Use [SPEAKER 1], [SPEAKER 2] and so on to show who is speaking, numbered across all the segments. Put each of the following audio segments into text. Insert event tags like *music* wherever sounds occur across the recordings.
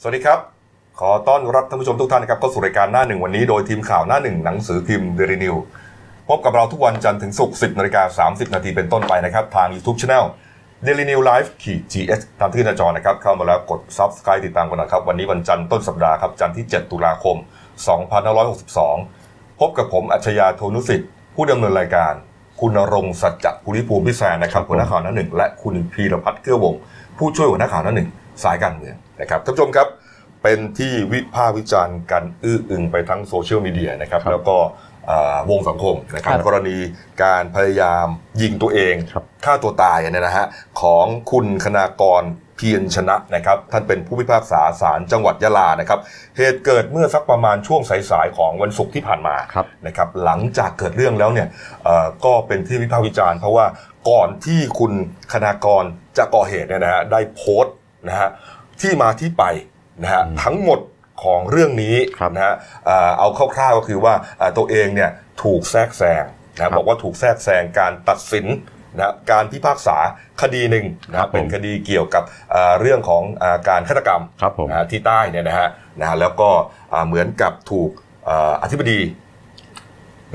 [SPEAKER 1] สวัสดีครับ ขอต้อนรับท่านผู้ชมทุกท่านนะครับก็สู่รายการหน้าหนึ่งวันนี้โดยทีมข่าวหน้าหนึ่งหนังสือพิมพ์เดลินิวพบกับเราทุกวันจันทร์ถึงศุกร์10นาฬิกา30 นาทีเป็นต้นไปนะครับ ทาง YouTube Channel Daily New Life ขีด GS ตามที่หน้าจอนะครับ เข้ามาแล้วกด Subscribe ติดตามกันนะครับ วันนี้วันจันทร์ต้นสัปดาห์ครับจันทร์ที่ 7 ตุลาคม 2562 พบกับผมอัจฉริยะโทนุสิทธิ์ ผู้ดำเนินรายการ คุณณรงค์สัจจภูริภูมิพิแารนะครับหัวหน้าข่าวหน้าหนึ่งและคุณพีรพัฒน์เกื้อวงศ์ผู้ช่วยหัวหน้าข่าวหน้าหนึ่งสายการเมืองนะครับท่านผู้ชมครับ เป็นที่วิพากษ์วิจารณ์กันอื้ออึงไปทั้งโซเชียลมีเดียนะครับ
[SPEAKER 2] ครับ
[SPEAKER 1] แล้วก็อ่าวงสังคมนะครับ
[SPEAKER 2] ครับ
[SPEAKER 1] กรณีการพยายามยิงตัวเอง
[SPEAKER 2] ครับ
[SPEAKER 1] ฆ่าตัวตายเนี่ยนะฮะของคุณคณากรเพียรชนะนะครับท่านเป็นผู้พิพากษาศาลจังหวัดยะลานะครับเหตุเกิดเมื่อสักประมาณช่วงสายๆของวันศุกร์ที่ผ่านมา
[SPEAKER 2] ครับ
[SPEAKER 1] นะครับหลังจากเกิดเรื่องแล้วเนี่ยเอ่อก็เป็นที่วิพากษ์วิจารณ์ เพราะว่าก่อนที่คุณคณากรจะก่อเหตุเนี่ยนะฮะได้โพสต์นะฮะที่มาที่ไปนะฮะทั้งหมดของเรื่องนี้
[SPEAKER 2] ครับ
[SPEAKER 1] นะฮะเอ่อเอาคร่าวๆก็คือว่าเอ่อตัวเองเนี่ยถูกแทรกแซงนะ
[SPEAKER 2] ครั
[SPEAKER 1] ฮะ
[SPEAKER 2] บ
[SPEAKER 1] บอกว่าถูกแทรกแซงการตัดสินนะฮะการพิพากษาคดีหนึ่งนะ
[SPEAKER 2] ครั
[SPEAKER 1] ฮะ
[SPEAKER 2] บผม
[SPEAKER 1] เป็นคดีเกี่ยวกับเอ่อเรื่องของเอ่อการฆาตกรรม
[SPEAKER 2] ครับผม
[SPEAKER 1] อ่าที่ใต้เนี่ยนะฮะนะฮะแล้วก็อ่าเหมือนกับถูกอ่าอธิบดี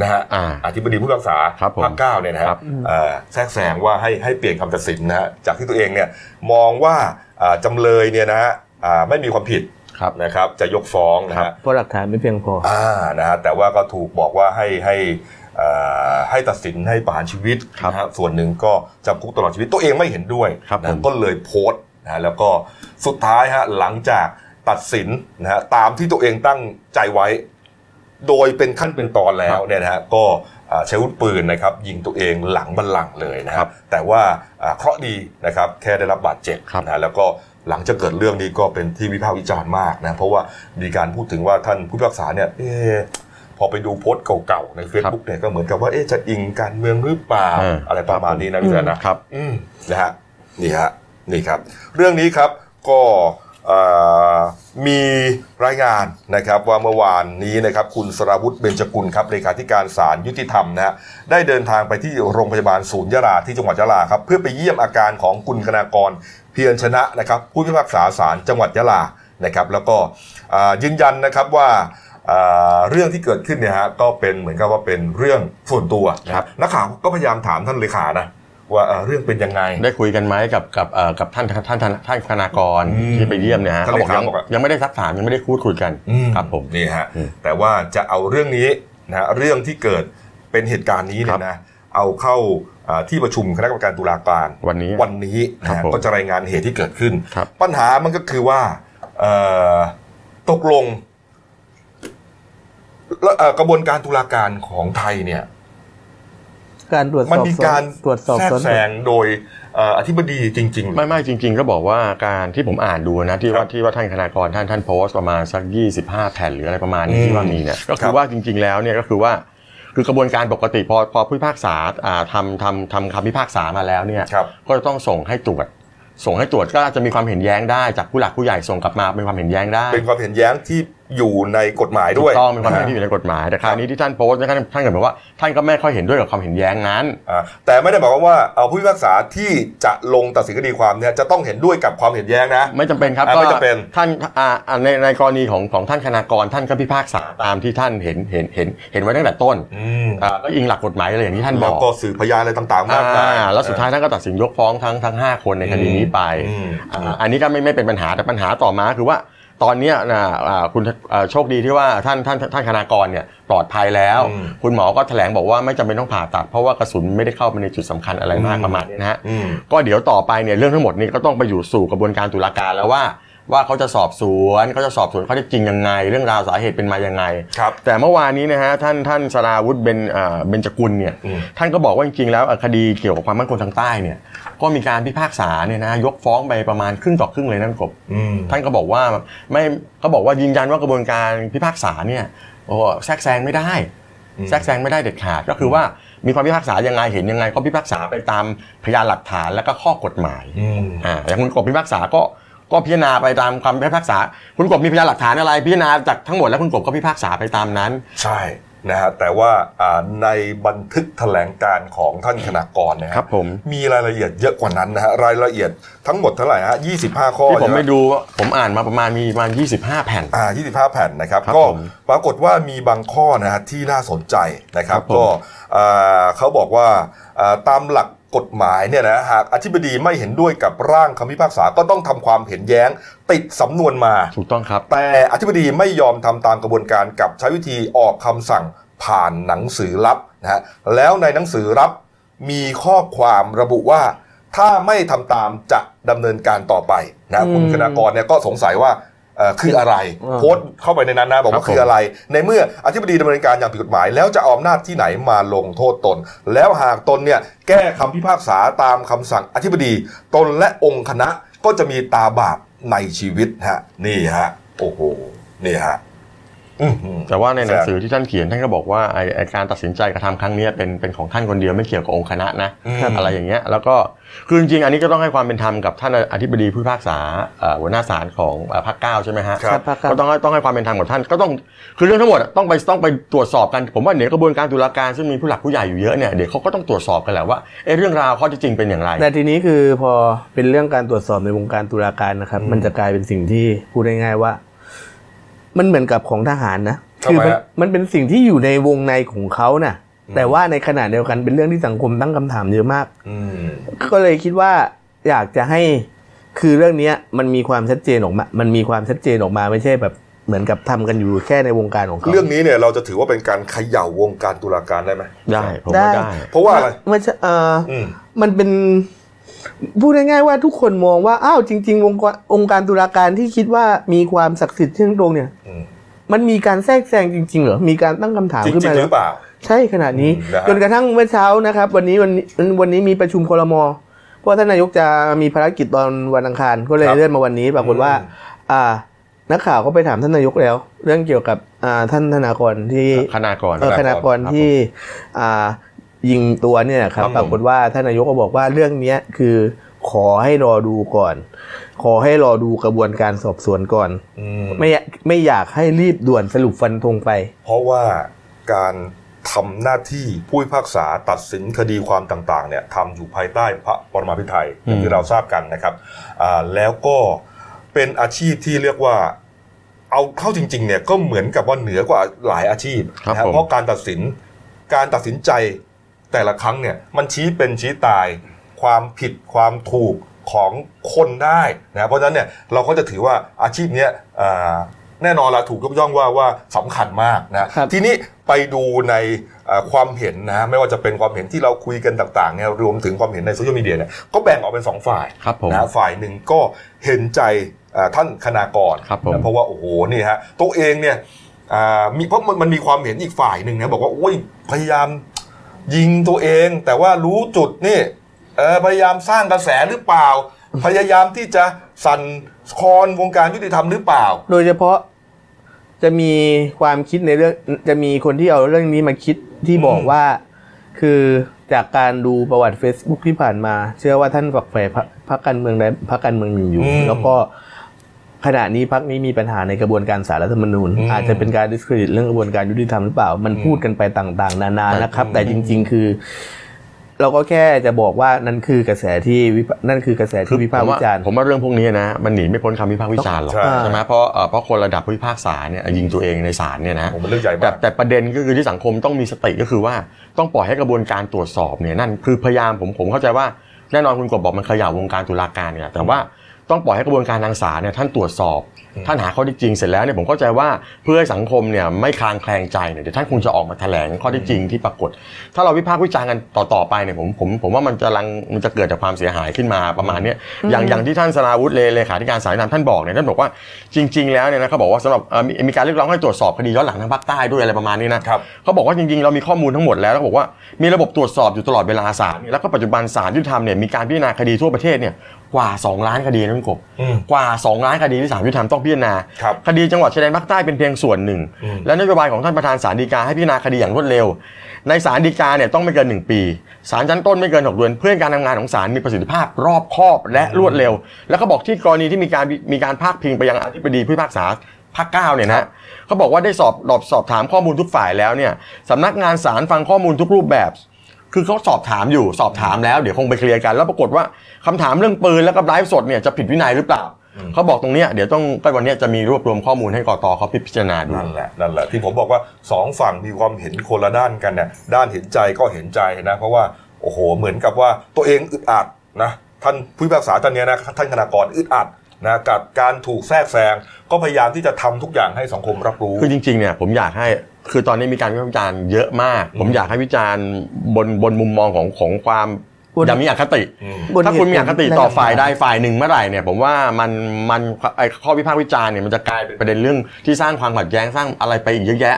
[SPEAKER 1] นะฮะ
[SPEAKER 2] อ่า
[SPEAKER 1] อธิบดีผู้พิพากษา
[SPEAKER 2] ครับผม
[SPEAKER 1] ภาคเก้าเนี่ยนะฮะ
[SPEAKER 2] ครับ
[SPEAKER 1] อ่าแทรกแซงว่าให้ให้เปลี่ยนคำตัดสินนะฮะจากที่ตัวเองเนี่ยมองว่าอ่าจำเลยเนี่ยนะฮะอ่าไม่มีความผิด
[SPEAKER 2] ครับ
[SPEAKER 1] นะครับจะยกฟ้องนะ
[SPEAKER 2] ครั
[SPEAKER 1] ฮะ
[SPEAKER 2] บ
[SPEAKER 3] เพราะหลักฐานไม่เพียงพอ
[SPEAKER 1] อ่านะฮะแต่ว่าก็ถูกบอกว่าให้ให้อ่าให้ตัดสินให้ประหารชีวิต
[SPEAKER 2] ครับ
[SPEAKER 1] นะฮะส่วนหนึ่งก็จำคุกตลอดชีวิตตัวเองไม่เห็นด้วย
[SPEAKER 2] ครับ
[SPEAKER 1] นะ
[SPEAKER 2] ผม
[SPEAKER 1] ก็เลยโพสต์นะฮะแล้วก็สุดท้ายฮะหลังจากตัดสินนะฮะตามที่ตัวเองตั้งใจไว้ โดยเป็นขั้นเป็นตอนแล้วเนี่ยนะฮะก็อ่าใช้อาวุธปืนนะครับยิงตัวเองหลังบัลลังก์เลยนะค
[SPEAKER 2] ค
[SPEAKER 1] รั
[SPEAKER 2] รั
[SPEAKER 1] บบ แต่ว่าอ่าเคราะห์ดีนะครับแค่ได้รับบาดเจ็บ
[SPEAKER 2] ครับ
[SPEAKER 1] นะฮะแล้วก็หลังจากเกิดเรื่องนี้ก็เป็นที่วิพากษ์วิจารณ์มากนะเพราะว่ามีการพูดถึงว่าท่านผู้พิพากษาเนี่ยเอะพอไปดูโพสต์เก่าๆใน Facebook เนี่ยก็เหมือนกับว่าเอ๊ะจะอิงการเมืองหรือเปล่า
[SPEAKER 2] เอออ
[SPEAKER 1] อะไรประมาณนี้นะพี่แซนนะ
[SPEAKER 2] ครับ
[SPEAKER 1] อืมนะฮะนี่ฮะนี่ครับ เรื่องนี้ครับก็เอ่อมีรายงานนะครับว่าเมื่อวานนี้นะครับคุณสราวุธเบญจกุลครับเลขาธิการศาลยุติธรรมนะฮะได้เดินทางไปที่โรงพยาบาลศูนย์ยะลาที่จังหวัดยะลาครับเพื่อไปเยี่ยมอาการของคุณคณากรเพียรชนะนะครับผู้พิพากษาศาลจังหวัดยะลานะครับแล้วก็อ่ายืนยันนะครับว่าอ่าเรื่องที่เกิดขึ้นเนี่ยฮะก็เป็นเหมือนกับว่าเป็นเรื่องส่วนตัวนะครับ นักข่าวก็พยายามถามท่านเลขานะ ว่าเอ่อเรื่องเป็นยังไง
[SPEAKER 2] ได้คุยกันไหมกับกับเอ่อกับท่านท่านท่านท่านคณากร
[SPEAKER 1] อืม
[SPEAKER 2] ที่ไปเยี่ยมเนี่ยฮะ
[SPEAKER 1] ท่าน
[SPEAKER 2] เขาบอก
[SPEAKER 1] เลขา
[SPEAKER 2] ยัง
[SPEAKER 1] บอกอะ
[SPEAKER 2] ยังไม่ได้ซักถามยังไม่ได้พูดคุยกัน
[SPEAKER 1] อื
[SPEAKER 2] ครับผม
[SPEAKER 1] นี่ฮะ
[SPEAKER 2] อืม
[SPEAKER 1] แต่ว่าจะเอาเรื่องนี้นะฮะเรื่องที่เกิดเป็นเหตุการณ์นี้เนี่
[SPEAKER 2] ครั
[SPEAKER 1] ย
[SPEAKER 2] บ
[SPEAKER 1] นะเอาเข้าอ่าที่ประชุมคณะกรรมการตุลาการ
[SPEAKER 2] วันนี้
[SPEAKER 1] วันนี้นะครับ ฮะ
[SPEAKER 2] ผม
[SPEAKER 1] ก็จะรายงานเหตุที่เกิดขึ้น
[SPEAKER 2] ครับ
[SPEAKER 1] ปัญหามันก็คือว่าเอ่อตกลงแล้วเอ่อกระบวนการตุลาการของไทยเนี่ย
[SPEAKER 3] การตรวจส
[SPEAKER 1] มัน
[SPEAKER 3] อบ
[SPEAKER 1] มี
[SPEAKER 3] สวน
[SPEAKER 1] การ
[SPEAKER 3] ตรวจสอบ
[SPEAKER 1] แทรก
[SPEAKER 3] สวน
[SPEAKER 1] แซงโดยเอ่ออธิบดีจริงๆหรือ
[SPEAKER 2] ไม่ไม่จริง ๆ ก็บอกว่าการที่ผมอ่านดูนะที่
[SPEAKER 1] ครั
[SPEAKER 2] ว่า
[SPEAKER 1] บ
[SPEAKER 2] ที่ว่าท่านคณากรท่านท่านโพสต์ประมาณสัก 25 แผ่นหรืออะไรประมาณนี้
[SPEAKER 1] อืม
[SPEAKER 2] ที่ว่ามีเนี่ยก็
[SPEAKER 1] ครั
[SPEAKER 2] คือบว่าจริง ๆ แล้วเนี่ยก็คือว่าคือกระบวนการปกติพอพอผู้พิพากษาอ่าทำทำทำคำพิพากษามาแล้วเนี่ย
[SPEAKER 1] ครับ
[SPEAKER 2] ก็จะต้องส่งให้ตรวจ ส่งให้ตรวจก็อาจจะมีความเห็นแย้งได้จากผู้หลักผู้ใหญ่ส่งกลับมาเป็นความเห็นแย้งได้
[SPEAKER 1] เป็นความเห็นแย้งที่อยู่ในกฎหมายด้วย
[SPEAKER 2] ถูกต้องเป็นความเห็นที่อยู่ในกฎหมายแต่คราวนี้ที่ท่านโพสต์นะครับท่านก็บอกว่าท่านก็ไม่ค่อยเห็นด้วยกับความเห็นแย้งนั้น
[SPEAKER 1] อ่าแต่ไม่ได้หมายความว่าเอาผู้พิพากษาที่จะลงตัดสินคดีความเนี่ยจะต้องเห็นด้วยกับความเห็นแย้งนะ
[SPEAKER 2] ไม่จำเป็นครับ
[SPEAKER 1] อ่ะ
[SPEAKER 2] ก็
[SPEAKER 1] ไม่จำเป็น
[SPEAKER 2] ท่านอ่าอ่าในในกรณีของของท่านคณากรท่านก็พิพากษาตามที่ท่านเห็นเห็นเห็นเห็นไว้ตั้งแต่ต้นอ่าก็อิงหลักกฎหมายอะไรอย่างที่ท่านบ
[SPEAKER 1] แล้
[SPEAKER 2] อ
[SPEAKER 1] ว
[SPEAKER 2] ก
[SPEAKER 1] ก็สื่อพยานอะไรต่างๆ มากมาย
[SPEAKER 2] อ่าแล้วสุดท้ายท่านก็ตัดสินยกฟ้องทั้งทั้งห้าคนในคดีนี้ไป
[SPEAKER 1] อืม
[SPEAKER 2] อ่าอันนี้ก็ไม่ไม่เป็นปัญหาแต่ปัญหาต่อมาคือว่าตอนเนี้ยนะอ่าคุณอ่าโชคดีที่ว่าท่านท่านท่านคณากรเนี่ยปลอดภัยแล้ว คุณหมอก็แถลงบอกว่าไม่จำเป็นต้องผ่าตัด เพราะว่ากระสุนไม่ได้เข้าไปในจุดสำคัญอะไรมากประมาณนี้นะฮะ
[SPEAKER 1] อืม
[SPEAKER 2] ก็เดี๋ยวต่อไปเนี่ยเรื่องทั้งหมดนี้ก็ต้องไปอยู่สู่กระบวนการตุลาการแล้วว่า ว่าเขาจะสอบสวนเขาจะสอบสวนเขาจะจริงยังไง เรื่องราวสาเหตุเป็นมายังไง
[SPEAKER 1] ครับ
[SPEAKER 2] แต่เมื่อวานนี้นะฮะท่านท่านสราวุธเบนเอ่อเบญจกุลเนี่ย
[SPEAKER 1] อืม
[SPEAKER 2] ท่านก็บอกว่าจริงๆแล้วเอ่อคดีเกี่ยวกับความมั่นคงทางใต้เนี่ยก็มีการพิพากษาเนี่ยนะยกฟ้องไปประมาณครึ่งต่อครึ่งเลยนั่นกบ
[SPEAKER 1] อืม
[SPEAKER 2] ท่านก็บอกว่าไม่เขาบอกว่ายืนยันว่ากระบวนการพิพากษาเนี่ยโอ้โหแทรกแซงไม่ได้
[SPEAKER 1] อืม
[SPEAKER 2] แทรกแซงไม่ได้เด็ดขาดก็คือว่ามีความพิพากษายังไงเห็นยังไงก็พิพากษาไปตามพยานหลักฐานและก็ข้อกฎหมายอ่าอย่างคุณกบพิพากษาก็ก็พิจารณาไปตามความพิพากษา คุณกบมีพยานหลักฐานอะไรพิจารณาจากทั้งหมดแล้วคุณกบก็พิพากษาไปตามนั้น
[SPEAKER 1] ใช่ นะฮะแต่ว่าอ่าในบันทึกแถลงการณ์ของท่านคณากรนะฮะ
[SPEAKER 2] ครับผม
[SPEAKER 1] มีรายละเอียดเยอะกว่านั้นนะฮะรายละเอียดทั้งหมดเท่าไหร่ฮะ25 ข้อ
[SPEAKER 2] ที่ผม
[SPEAKER 1] ใช่ห
[SPEAKER 2] ไปดูผมอ่านมาประมาณมีประมาณ 25 แผ่น
[SPEAKER 1] อ่า25 แผ่นนะครับ
[SPEAKER 2] ครับ
[SPEAKER 1] ก็
[SPEAKER 2] ผม
[SPEAKER 1] ปรากฏว่ามีบางข้อนะฮะที่น่าสนใจนะครับ
[SPEAKER 2] ครับผม
[SPEAKER 1] ก็อ่าเขาบอกว่าอ่าตามหลักกฎหมายเนี่ยนะหากอธิบดีไม่เห็นด้วยกับร่างคำพิพากษาก็ต้องทำความเห็นแย้ง ติดสำนวนมา
[SPEAKER 2] ถูกต้องครับ
[SPEAKER 1] แต่อธิบดีไม่ยอมทำตามกระบวนการกับใช้วิธีออกคำสั่งผ่านหนังสือรับนะฮะแล้วในหนังสือรับมีข้อความระบุว่า ถ้าไม่ทำตามจะดำเนินการต่อไปนะคุณ
[SPEAKER 4] อืม
[SPEAKER 1] คณากรเนี่ยก็สงสัยว่าเอ่อคืออะไร
[SPEAKER 4] อ่า
[SPEAKER 1] โพสต์เข้าไปในนั้นนะบอก
[SPEAKER 2] ครั
[SPEAKER 1] ว่า
[SPEAKER 2] บ
[SPEAKER 1] คืออะไร ในเมื่ออธิบดีดำเนินการอย่างผิดกฎหมาย แล้วจะเอาอำนาจที่ไหนมาลงโทษตน แล้วหากตนเนี่ยแก้คำพิพากษาตามคำสั่งอธิบดี ตนและองค์คณะก็จะมีตาบาปในชีวิตฮะ นี่ฮะ โอ้โหนี่ฮะอื้อหือ
[SPEAKER 2] แต่ว่าในหนังสือที่ท่านเขียนท่านก็บอกว่าไอ้ไอ้การตัดสินใจกระทำครั้งเนี้ยเป็นเป็นของท่านคนเดียวไม่เกี่ยวกับองค์คณะนะ
[SPEAKER 1] อืม
[SPEAKER 2] อะไรอย่างเงี้ยแล้วก็คือจริงๆอันนี้ก็ต้องให้ความเป็นธรรมกับท่านอธิบดีผู้พิพากษาเอ่อหัวหน้าศาลของเอ่อภาคเก้าใช่ไหมฮะ
[SPEAKER 1] ครับ
[SPEAKER 4] ภาคเก้า
[SPEAKER 2] ก็ต้องให้ต้องให้ความเป็นธรรมกับท่านก็ต้องคือเรื่องทั้งหมดอะต้องไปต้องไปตรวจสอบกันผมว่าเดี๋ยวกระบวนการตุลาการซึ่งมีผู้หลักผู้ใหญ่อยู่เยอะเนี่ยเดี๋ยวเขาก็ต้องตรวจสอบกันแหละว่าเอะเรื่องราวข้อเที่จริงเป็นอย่างไร
[SPEAKER 4] แต่ทีนี้คือพอเป็นเรื่องการตรวจสอบในวงการตุลาการนะครับ
[SPEAKER 1] อืม
[SPEAKER 4] มันจะกลายเป็นสิ่งที่พูดง่ายๆว่า มันเหมือนกับของทหารนะ
[SPEAKER 1] ทำไม
[SPEAKER 4] มัน
[SPEAKER 1] ฮะ
[SPEAKER 4] มันเป็นสิ่งที่อยู่ในวงในของเขาน่ะ
[SPEAKER 1] อืม
[SPEAKER 4] แต่ว่าในขณะเดียวกันเป็นเรื่องที่สังคมตั้งคำถามเยอะมาก
[SPEAKER 1] อืม
[SPEAKER 4] ก็เลยคิดว่าอยากจะให้คือเรื่องเนี้ยมันมีความชัดเจนออกมา มันมีความชัดเจนออกมาไม่ใช่แบบเหมือนกับทำกันอยู่แค่ในวงการของเขา
[SPEAKER 1] เรื่องนี้เนี่ยเราจะถือว่าเป็นการเขย่าวงการตุลาการได้ไหม
[SPEAKER 2] ได้ผมว่า
[SPEAKER 4] ได้
[SPEAKER 2] ได้
[SPEAKER 1] เพราะว่าอะไร
[SPEAKER 4] ไม่ใช่เอ่ออ
[SPEAKER 1] อืม
[SPEAKER 4] มันเป็นพูดง่ายๆว่าทุกคนมองว่าอ้าวจริง ๆ องค์กรองค์การตุลาการที่คิดว่ามีความศักดิ์สิทธิ์เที่ยงตรงเนี่ย
[SPEAKER 1] อืม
[SPEAKER 4] มันมีการแทรกแซงจริง ๆ เหรอ มีการตั้งคำถาม
[SPEAKER 1] จริง
[SPEAKER 4] ขึ้น
[SPEAKER 1] จริ
[SPEAKER 4] มาง
[SPEAKER 1] ห
[SPEAKER 4] แล้ว
[SPEAKER 1] รือเปล่า
[SPEAKER 4] ใช่ขนาดนี้
[SPEAKER 1] อืมนะฮะ
[SPEAKER 4] จนกระทั่งเมื่อเช้านะครับ วันนี้วันนี้วันนี้มีประชุมคลมเพราะว่าท่านนายกจะมีภารกิจตอนวันอังคารก็เลยเลื่อนมาวันนี้ปรากฏว่า อ่า นักข่าวก็ไปถามท่านนายกแล้ว เรื่องเกี่ยวกับอ่าท่านธนากรที่
[SPEAKER 2] คณากร
[SPEAKER 4] เออคณะกร
[SPEAKER 2] ครับ
[SPEAKER 4] ที่อ่ายิงตัวเนี่ยครั
[SPEAKER 2] ครับ บผม
[SPEAKER 4] ปรากฏว่าท่านนายกก็บอกว่าเรื่องเนี้ยคือขอให้รอดูก่อน ขอให้รอดูกระบวนการสอบสวนก่อน
[SPEAKER 1] อืม
[SPEAKER 4] ไม่อยากไม่อยากให้รีบด่วนสรุปฟันธงไป
[SPEAKER 1] เพราะว่าการทำหน้าที่ผู้พิพากษาตัดสินคดีความต่าง ๆ เนี่ยทำอยู่ภายใต้พระปรมาภิไธยอย่างที่เราทราบกันนะครับอ่าแล้วก็เป็นอาชีพที่เรียกว่า เอาเข้าจริง ๆ เนี่ยก็เหมือนกับว่าเหนือกว่าหลายอาชีพ
[SPEAKER 2] ครับ
[SPEAKER 1] นะฮะ
[SPEAKER 2] ผม
[SPEAKER 1] เพราะการตัดสินการตัดสินใจแต่ละครั้งเนี่ย มันชี้เป็นชี้ตาย ความผิดความถูกของคนได้นะเพราะฉะนั้นเนี่ยเราก็จะถือว่าอาชีพเนี้ยอ่าแน่นอนละถูกยกย่องว่าว่าสำคัญมากนะครับ ทีนี้ไปดูในเอ่อความเห็นนะไม่ว่าจะเป็นความเห็นที่เราคุยกันต่างๆเนี่ยรวมถึงความเห็นในโซเชียลมีเดียเนี่ยก็แบ่งออกเป็นสองฝ่าย
[SPEAKER 2] ครับผม
[SPEAKER 1] นะฝ่ายหนึ่งก็เห็นใจอ่าท่านคณากร
[SPEAKER 2] ครับผม
[SPEAKER 1] นะเพราะว่าโอ้โหนี่ฮะตัวเองเนี่ยอ่ามีเพราะมันมันมีความเห็นอีกฝ่ายหนึ่งนะบอกว่าโอ้ยพยายามยิงตัวเอง แต่ว่ารู้จุดนี่เออพยายามสร้างกระแสหรือเปล่า พยายามที่จะสั่นคลอนวงการยุติธรรมหรือเปล่า
[SPEAKER 4] โดยเฉพาะจะมีความคิดในเรื่องจะมีคนที่เอาเรื่องนี้มาคิดที่บอก
[SPEAKER 1] อืม
[SPEAKER 4] ว่า คือจากการดูประวัติ Facebook ที่ผ่านมา เชื่อว่าท่านฝักใฝ่พรรคพรรคการเมืองใดพรรคการเมืองหนึ่งอยู่
[SPEAKER 1] อืม
[SPEAKER 4] แล้วก็ขณะนี้พรรคนี้มีปัญหาในกระบวนการสารรัฐธรรมนูญ
[SPEAKER 1] อืม
[SPEAKER 4] อาจจะเป็นการดิสเครดิตเรื่องกระบวนการยุติธรรมหรือเปล่า มันพูดกันไปต่างๆ นานานะครับ
[SPEAKER 1] อืม
[SPEAKER 4] แต่จริง ๆ คือ เราก็แค่จะบอกว่านั่นคือกระแสที่วิพากษ์นั่นคือกระแสที่วิพากษ์วิจารณ์
[SPEAKER 2] ผมว่าผมว่าเรื่องพวกนี้นะมันหนีไม่พ้นคำวิพากษ์วิจารณ์หรอก
[SPEAKER 1] ใช่
[SPEAKER 2] ใช่ไหมเพราะเอ่อเพราะคนระดับผู้พิพากษาเนี่ยยิงตัวเองในศาลเนี่ยนะ
[SPEAKER 1] ผมเป็นเรื่องใหญ่
[SPEAKER 2] แต่
[SPEAKER 1] มาก
[SPEAKER 2] แต่ประเด็นก็คือที่สังคมต้องมีสติก็คือว่าต้องปล่อยให้กระบวนการตรวจสอบเนี่ยนั่นคือพยายามผมผมเข้าใจว่าแน่นอนคุณกบบอกมันเขย่าวงการตุลาการเนี่ยแต่ว่าต้องปล่อยให้กระบวนการทางศาลเนี่ยท่านตรวจสอบ
[SPEAKER 1] อืม
[SPEAKER 2] ท่านหาข้อเที่จริงเสร็จแล้วเนี่ยผมเข้าใจว่าเพื่อให้สังคมเนี่ยไม่คลางแคลงใจเนี่ยเดี๋ยวท่านคงจะออกมาแถลงข้อเที่จริงที่ปรากฏ ถ้าเราวิพากษ์วิจารณ์กันต่อๆไปเนี่ยผมผมผมว่ามันจะรังมันจะเกิดจากความเสียหายขึ้นมาประมาณเนี้ยอย่างอย่างที่ท่านสราวุฒิเลเลขาธิการสายนามท่านบอกเนี่ยท่านบอกว่าจริง ๆ แล้วเนี่ยนะเขาบอกว่าสำหรับเอ่อมีมีการเรียกร้องให้ตรวจสอบคดีย้อนหลังทางภาคใต้ด้วยอะไรประมาณนี้นะครับ เขาบอกว่าจริง ๆ เรามีข้อมูลทั้งหมดแล้วแล้วบอกว่ามีระบบตรวจสอบอยู่ตลอดเวลาศาลแล้วก็ปัจจุบันศาลยุติธรรมเนี่ยมีการพิจารณาคดีทั่วประเทศเนี่ยกว่า 2 ล้านคดีนะคุณกบ
[SPEAKER 1] อืม
[SPEAKER 2] กว่า 2 ล้านคดีที่ศาลยุติธรรมต้องพิจารณา
[SPEAKER 1] ครับ
[SPEAKER 2] คดีจังหวัดชายแดนภาคใต้เป็นเพียงส่วนหนึ่ง
[SPEAKER 1] อืม
[SPEAKER 2] และนโยบายของท่านประธานศาลฎีกาให้พิจารณาคดีอย่างรวดเร็ว ในศาลฎีกาเนี่ยต้องไม่เกิน 1 ปีศาลชั้นต้นไม่เกิน 6 เดือน เพื่อให้การทำงานของศาลมีประสิทธิภาพรอบคอบและรวดเร็ว แล้วก็บอกที่กรณีที่มีการมีการพาดพิงไปยังอธิบดีผู้พิพากษา ภาคเก้าเนี่ยนะฮะเขาบอกว่าได้สอบสอบสอบถามข้อมูลทุกฝ่ายแล้วเนี่ยสำนักงานศาลฟังข้อมูลทุกรูปแบบ คือเขาสอบถามอยู่สอบถามแล้วเดี๋ยวคงไปเคลียร์กัน แล้วปรากฏว่าคำถามเรื่องปืนแล้วก็ไลฟ์สดเนี่ยจะผิดวินัยหรือเปล่าเขาบอกตรงเนี้ยเดี๋ยวต้องก็วันเนี้ยจะมีรวบรวมข้อมูลให้กตเขาพิจารณาดู
[SPEAKER 1] นั่นแหละนั่นแหละที่ผมบอกว่าสองฝั่งมีความเห็นคนละด้านกันเนี่ยด้านเห็นใจก็เห็นใจนะเพราะว่าโอ้โหเหมือนกับว่าตัวเองอึดอัดนะท่านผู้พิพากษาท่านเนี้ยนะท่านคณากรอึดอัดนะกับการถูกแทรกแซงก็พยายามที่จะทำทุกอย่างให้สังคมรับรู้
[SPEAKER 2] คือจริงๆเนี่ยผมอยากให้คือตอนนี้มีการวิพากษ์วิจารณ์เยอะมาก ผมอยากให้วิจารณ์บนบนมุมมองของของความ
[SPEAKER 3] บน
[SPEAKER 2] อย่ามีอคติ
[SPEAKER 3] บน
[SPEAKER 2] ถ้าคุณมีอคติ
[SPEAKER 3] เหตุผล
[SPEAKER 2] ต่อฝ่าย
[SPEAKER 3] นะครับ
[SPEAKER 2] ใดฝ่ายหนึ่งเมื่อไหร่เนี่ยผมว่ามันมันไอข้อวิพากษ์วิจารณ์เนี่ยมันจะกลายเป็นประเด็นเรื่องที่สร้างความขัดแย้งสร้างอะไรไปอีกเยอะแยะ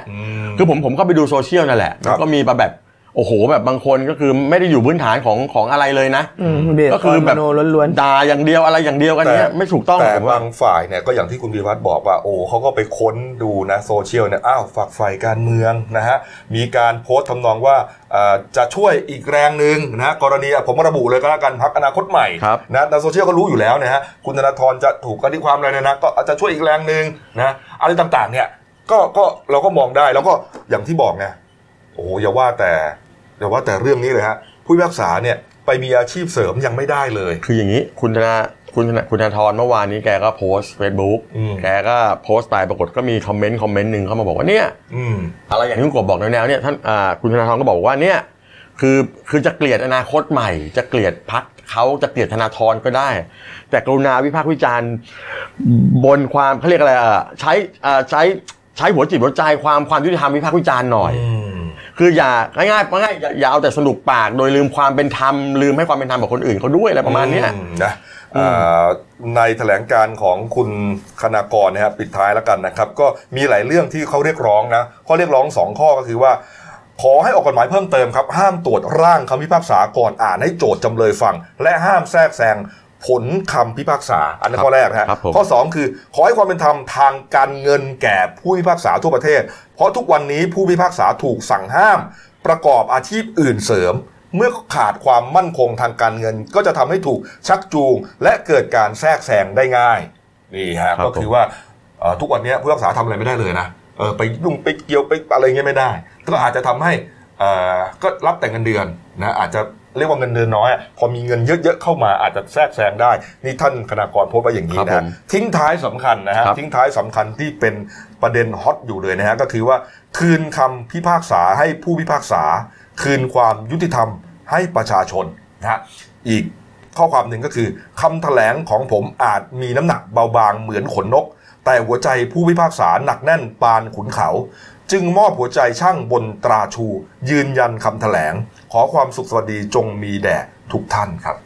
[SPEAKER 2] คือผมผมก็ไปดูโซเชียลนั่นแหละ
[SPEAKER 1] ครับ
[SPEAKER 2] มันก็มีมาแบบโอ้โหแบบบางคนก็คือไม่ได้อยู่พื้นฐานของของอะไรเลยนะ
[SPEAKER 3] อืมเบส
[SPEAKER 2] ก็
[SPEAKER 3] คื
[SPEAKER 2] คือ อ
[SPEAKER 3] แบ
[SPEAKER 2] แบบ บ
[SPEAKER 3] โนล้วนๆ
[SPEAKER 2] ด่าอย่างเดียวอะไรอย่างเดียวกันเนี้ย
[SPEAKER 1] แต่
[SPEAKER 2] ไม่ถูกต้อง
[SPEAKER 1] แต่
[SPEAKER 2] ผมว่า
[SPEAKER 1] บางฝ่ายเนี่ยก็อย่างที่คุณพิพัฒน์บอกว่าโอ้เขาก็ไปค้นดูนะโซเชียลเนี่ยอ้าวฝักฝ่ายการเมืองนะฮะมีการโพสต์ทำนองว่าเอ่อจะช่วยอีกแรงหนึ่งนะฮะกรณีอ่ะผมระบุเลยก็แล้วกันพักอนาคตใหม่
[SPEAKER 2] ครับ
[SPEAKER 1] นะในโซเชียลก็รู้อยู่แล้วนะฮะคุณธนาธรจะถูกคดีความอะไรเนี่ยนะก็อาจจะช่วยอีกแรงหนึ่งนะอะไรต่างๆ เนี่ยก็ก็เราก็มองได้แล้วก็อย่างที่บอกไงโอ้โหอย่าว่าแต่อย่าว่าแต่เรื่องนี้เลยฮะผู้พิพากษาเนี่ยไปมีอาชีพเสริมยังไม่ได้เลย
[SPEAKER 2] คืออย่างนี้คุณธนาคุณธนาคุณธนาธรเมื่อวานนี้แกก็โพสต์เฟซบุ๊ก
[SPEAKER 1] อืม
[SPEAKER 2] แกก็โพสต์ไปปรากฏก็มีคอมเมนต์คอมเมนต์หนึ่งเข้ามาบอกว่าเนี่ย
[SPEAKER 1] อืม
[SPEAKER 2] อะไรอย่างที่คุณกบบอกแนวๆเนี่ยท่านอ่าคุณธนาธรก็บอกว่าเนี่ยคือคือจะเกลียดอนาคตใหม่ จะเกลียดพักเขาจะเกลียดธนาธรก็ได้ แต่กรุณาวิพากษ์วิจารณ์บนความเขาเรียกอะไรอ่ะใช้อ่าใช้ใช้หัวจิตหัวใจความความยุติธรรมวิพากษ์วิจารณ์หน่อย คืออย่าง่ายๆง่ายๆอย่าอย่าเอาแต่สนุกปากโดยลืมความเป็นธรรมลืมให้ความเป็นธรรมกับคนอื่นเขาด้วยอะไรประมาณเนี้ย
[SPEAKER 1] อืนะอ่าในแถลงการของคุณคณากรนะครับปิดท้ายแล้วกันนะครับ ก็มีหลายเรื่องที่เขาเรียกร้องนะข้อเรียกร้องสองข้อก็คือว่า ขอให้ออกกฎหมายเพิ่มเติมครับ ห้ามตรวจร่างคำพิพากษาก่อนอ่านให้โจทย์จำเลยฟัง และห้ามแทรกแซงผลคำพิพากษา อันนี้นข้อแรกนะฮะ
[SPEAKER 2] ครับผม
[SPEAKER 1] ข้อ ข้อ2คือขอให้ความเป็นธรรมทางการเงินแก่ผู้พิพากษาทั่วประเทศ เพราะทุกวันนี้ผู้พิพากษาถูกสั่งห้าม ประกอบอาชีพอื่นเสริม เมื่อขาดความมั่นคงทางการเงิน ก็จะทำให้ถูกชักจูง และเกิดการแทรกแซงได้ง่ายนี่ฮะ
[SPEAKER 2] ครับ
[SPEAKER 1] ก็คือว่าเอ่อทุกวันนี้ผู้พิพากษาทำอะไรไม่ได้เลยนะเออไปยุ่งไปเกี่ยวไปอะไรเงี้ยไม่ได้ ก็อาจจะทำให้เอ่อก็รับแต่เงินเดือนนะอาจจะเรียกว่าเงินเดือนน้อยอะพอมีเงินเยอะๆเข้ามาอาจจะแทรกแซงได้นี่ท่านคณากรโพสต์ไว้อย่างนี้
[SPEAKER 2] ครับ
[SPEAKER 1] นะ
[SPEAKER 2] ผ
[SPEAKER 1] ฮะ
[SPEAKER 2] ม
[SPEAKER 1] ทิ้งท้ายสำคัญนะฮะ
[SPEAKER 2] ครับ
[SPEAKER 1] ทิ้งท้ายสำคัญที่เป็นประเด็นฮอตอยู่เลยนะฮะก็คือว่าคืนคำพิพากษาให้ผู้พิพากษา คืนความยุติธรรมให้ประชาชนนะฮะอีกข้อความหนึ่งก็คือคำแถลงของผมอาจมีน้ำหนักเบาบางเหมือนขนนก แต่หัวใจผู้พิพากษาหนักแน่นปานขุนเขา จึงมอบหัวใจช่างบนตราชู ยืนยันคำแถลง ขอความสุขสวัสดีจงมีแด่ทุกท่านครับ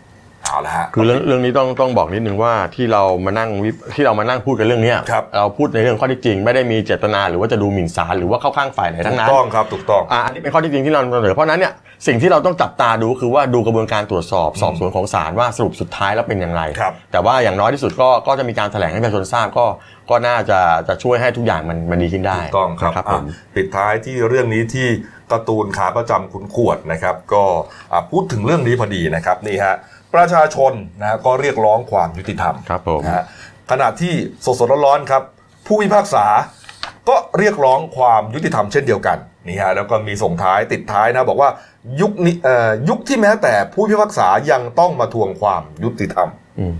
[SPEAKER 1] เอาละฮะ
[SPEAKER 2] คือเรื่องเรื่องนี้ต้องต้องบอกนิดนึงว่าที่เรามานั่งวิที่เรามานั่งพูดกันเรื่องเนี้ย
[SPEAKER 1] ครับ
[SPEAKER 2] เราพูดในเรื่องข้อเที่จริง ไม่ได้มีเจตนาหรือว่าจะดูหมิ่นศาลหรือว่าเข้าข้างฝ่ายไหน
[SPEAKER 1] ถู
[SPEAKER 2] ทั้ง
[SPEAKER 1] ก
[SPEAKER 2] นั้น
[SPEAKER 1] ต้องครับถูกต้อง
[SPEAKER 2] อ่ะอันนี้เป็นข้อเที่จริงที่เรานำเสนอเพราะฉะนั้นเนี่ยสิ่งที่เราต้องจับตาดูคือว่าดูกระบวนการตรวจสอบสอบสวนของศาลว่าสรุปสุดท้ายแล้วเป็นอย่างไร
[SPEAKER 1] ครับ
[SPEAKER 2] แต่ว่าอย่างน้อยที่สุดก็ก็จะมีการแถลงให้ประชาชนทราบก็ก็น่าจะจะช่วยให้ทุกอย่างมันมันดีขึ้นได้
[SPEAKER 1] ถูกต้องครับ
[SPEAKER 2] นะ
[SPEAKER 1] อ่ะ
[SPEAKER 2] ผม
[SPEAKER 1] ปิดท้ายที่เรื่องนี้ที่การ์ตูนขาประจำคุณขวดนะครับ ก็อ่ะพูดถึงเรื่องนี้พอดีนะครับนี่ฮะประชาชนนะฮะก็เรียกร้องความยุติธรรม
[SPEAKER 2] ครับผม
[SPEAKER 1] นะฮะขณะที่สดๆร้อนๆครับ ผู้พิพากษาก็เรียกร้องความยุติธรรมเช่นเดียวกันนี่ฮะแล้วก็มีส่งท้ายติดท้ายนะบอกว่ายุคนี้เอ่อยุคที่แม้แต่ผู้พิพากษายังต้องมาทวงความยุติธรรม
[SPEAKER 2] อืม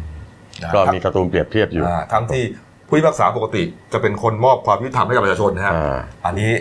[SPEAKER 1] นะ
[SPEAKER 2] ก็
[SPEAKER 1] ครับ
[SPEAKER 2] มีการ์ตูนเปรียบเทียบอยู่
[SPEAKER 1] อ่าทั้งที่ผู้พิพากษาปกติจะเป็นคนมอบความยุติธรรมให้กับประชาชนนะฮะ
[SPEAKER 2] อ่า
[SPEAKER 1] อันนี้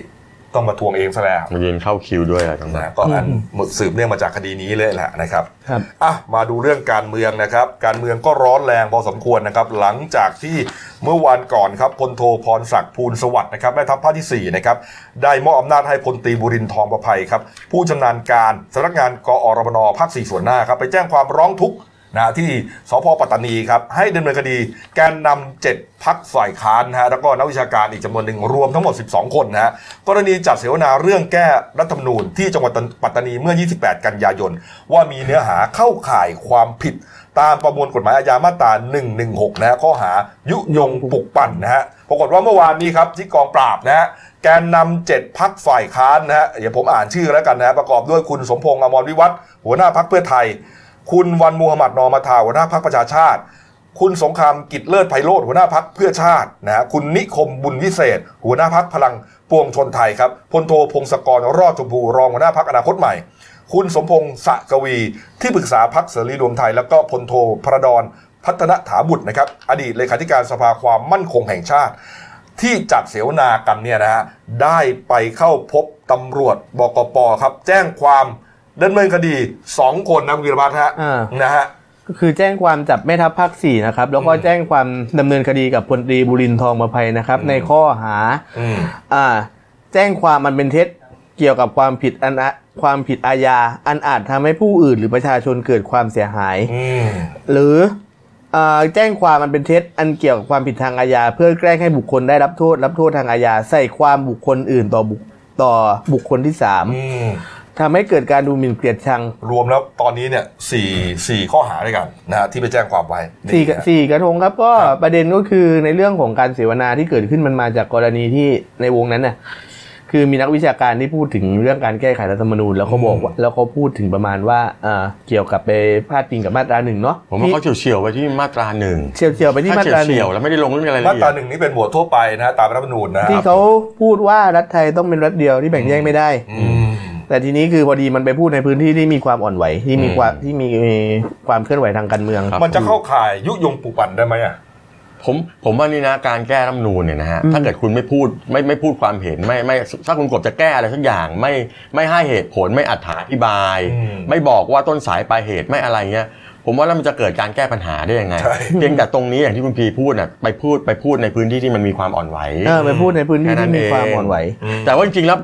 [SPEAKER 1] ต้องมาทวงเองซะแล้ว
[SPEAKER 2] มายืนเข้าคิวด้วยอะไรต่างๆ
[SPEAKER 1] นะก็อันหมดสืบเนื่องมาจากคดีนี้เลยแหละนะครับ
[SPEAKER 3] ครับ
[SPEAKER 1] อ่ะมาดูเรื่องการเมืองนะครับ การเมืองก็ร้อนแรงพอสมควรนะครับ หลังจากที่เมื่อวานก่อนครับพลโทพรศักดิ์ภูลสวัสดิ์นะครับแม่ทัพภาคที่สี่นะครับได้มอบอำนาจให้พลตรีบุรินทร์ทองประภัยครับผู้ชำนาญการสำนักงานกอรมนภาคสี่ส่วนหน้าครับไปแจ้งความร้องทุกข์ นะที่สพปัตตานีครับให้ดำเนินคดีแกนนำเจ็ดพักฝ่ายค้านนะฮะแล้วก็นักวิชาการอีกจำนวนหนึ่งรวมทั้งหมด 12 คนนะฮะกรณีจัดเสวนาเรื่องแก้รัฐธรรมนูญที่จังหวัดปัตตานีเมื่อ 28 กันยายน ว่ามีเนื้อหาเข้าข่ายความผิด ตามประมวลกฎหมายอาญามาตรา 116 นะฮะข้อหายุยงปลุกปั่นนะฮะปรากฏว่าเมื่อวานนี้ครับที่กองปราบนะฮะแกนนำเจ็ดพักฝ่ายค้านนะฮะเดี๋ยวผมอ่านชื่อแล้วกันนะฮะประกอบด้วยคุณสมพงษ์อมรวิวัฒน์หัวหน้าพักเพื่อไทย คุณวันมูฮัมหมัดนอมาทาหัวหน้าพรรคประชาชาติ คุณสงครามกิจเลิศไพโรธหัวหน้าพักเพื่อชาตินะฮะคุณนิคมบุญวิเศษ หัวหน้าพักพลังปวงชนไทยครับพลโทพงศกรรอดชมพูรองหัวหน้าพักอนาคตใหม่ คุณสมพงษ์สะกวี ที่ปรึกษาพักเสรีรวมไทย แล้วก็พลโทพระดอนพัฒนถาบุตรนะครับ อดีตเลขาธิการสภาความมั่นคงแห่งชาติ ที่จัดเสวนากันเนี่ยนะฮะได้ไปเข้าพบตำรวจบกปครับ แจ้งความดำเนินคดีสองคนนะคุณวีรพัฒน์ฮะ
[SPEAKER 4] อ่า
[SPEAKER 1] นะฮะ
[SPEAKER 4] ก็คือแจ้งความจับแม่ทัพภาคสี่นะครับ แล้วก็แจ้งความดำเนินคดีกับพลตรีบุรินทร์ทองประภัยนะครับ ในข้อหา
[SPEAKER 1] อืม
[SPEAKER 4] อ่า แจ้งความมันเป็นเท็จเกี่ยวกับความผิดอันอะความผิดอาญา อันอาจทำให้ผู้อื่นหรือประชาชนเกิดความเสียหาย
[SPEAKER 1] อืม
[SPEAKER 4] หรืออ่าแจ้งความมันเป็นเท็จอันเกี่ยวกับความผิดทางอาญา เพื่อแกล้งให้บุคคลได้รับโทษ รับโทษทางอาญาใส่ความบุคคลอื่นต่อบุคต่อบุคคลที่สาม
[SPEAKER 1] อืม
[SPEAKER 4] ทำให้เกิดการดูหมิ่นเกลียดชัง
[SPEAKER 1] รวมแล้วตอนนี้เนี่ยสี่สี่ข้อหาด้วยกันนะฮะที่ไปแจ้งความไว้นี่
[SPEAKER 4] สี่กระ
[SPEAKER 1] นะ
[SPEAKER 4] สี่กระทงครับก็
[SPEAKER 1] ครับ
[SPEAKER 4] ประเด็นก็คือในเรื่องของการเสวนาที่เกิดขึ้นมันมาจากกรณีที่ในวงนั้นน่ะคือมีนักวิชาการที่พูดถึงเรื่องการแก้ไขรัฐธรรมนูญแล้วเขาบอกว่าแล้วเขาพูดถึงประมาณว่าอ่าเกี่ยวกับไปพาดพิงกับมาตราหนึ่งเนาะ
[SPEAKER 2] ผมว่าเขาเฉียวๆไปที่มาตราหนึ่ง
[SPEAKER 4] เฉียวเฉียวๆไปที่มา
[SPEAKER 2] ถ้า
[SPEAKER 4] ตราหนึ่
[SPEAKER 2] เฉี
[SPEAKER 4] ง
[SPEAKER 2] ยวๆแล้วไม่ได้ลงเรื่องอะไราย
[SPEAKER 1] มา
[SPEAKER 2] ละ
[SPEAKER 1] ต
[SPEAKER 2] เอี
[SPEAKER 1] ราย
[SPEAKER 2] ด
[SPEAKER 1] หนึ่งนี่เป็นหมวดทั่วไปนะฮะตามรัฐธรรมนูญนะค
[SPEAKER 4] ที่
[SPEAKER 1] รับ
[SPEAKER 4] เขาพูดว่ารัฐไทยต้องเป็นรัฐเดียวที่แบ่งแยกไม่ได้
[SPEAKER 1] อืม
[SPEAKER 4] แต่ทีนี้คือพอดีมันไปพูดในพื้นที่ที่มีความอ่อนไหวที่มีความที่มีความเคลื่อนไหวทางการเมือง
[SPEAKER 1] มันจะเข้าข่ายยุยงปลูกปั่นได้ไหมอ่ะ
[SPEAKER 2] ผมผมว่านี่นะการแก้รัฐธรรมนูญเนี่ยนะฮะถ้าเกิดคุณไม่พูดไม่ไม่พูดความเห็นไม่ไม่ถ้าคุณกบจะแก้อะไรสักอย่างไม่ไม่ให้เหตุผลไม่อธิบาย
[SPEAKER 1] อืม
[SPEAKER 2] ไม่บอกว่าต้นสายปลายเหตุไม่อะไรเงี้ยผมว่าแล้วมันจะเกิดการแก้ปัญหาได้ยังไง
[SPEAKER 1] ใช่
[SPEAKER 2] เพียงแต่ตรงนี้อย่างที่คุณพีพูดน่ะไปพูดไปพูดในพื้นที่ที่มันมีความอ่อนไหว
[SPEAKER 4] เออไปพูดในพื้นที่
[SPEAKER 2] แค่นั้
[SPEAKER 4] ที่
[SPEAKER 2] น
[SPEAKER 4] มีความ
[SPEAKER 2] เอง
[SPEAKER 4] อ่อนไหว
[SPEAKER 2] แต่ว่าจริงๆแล้ว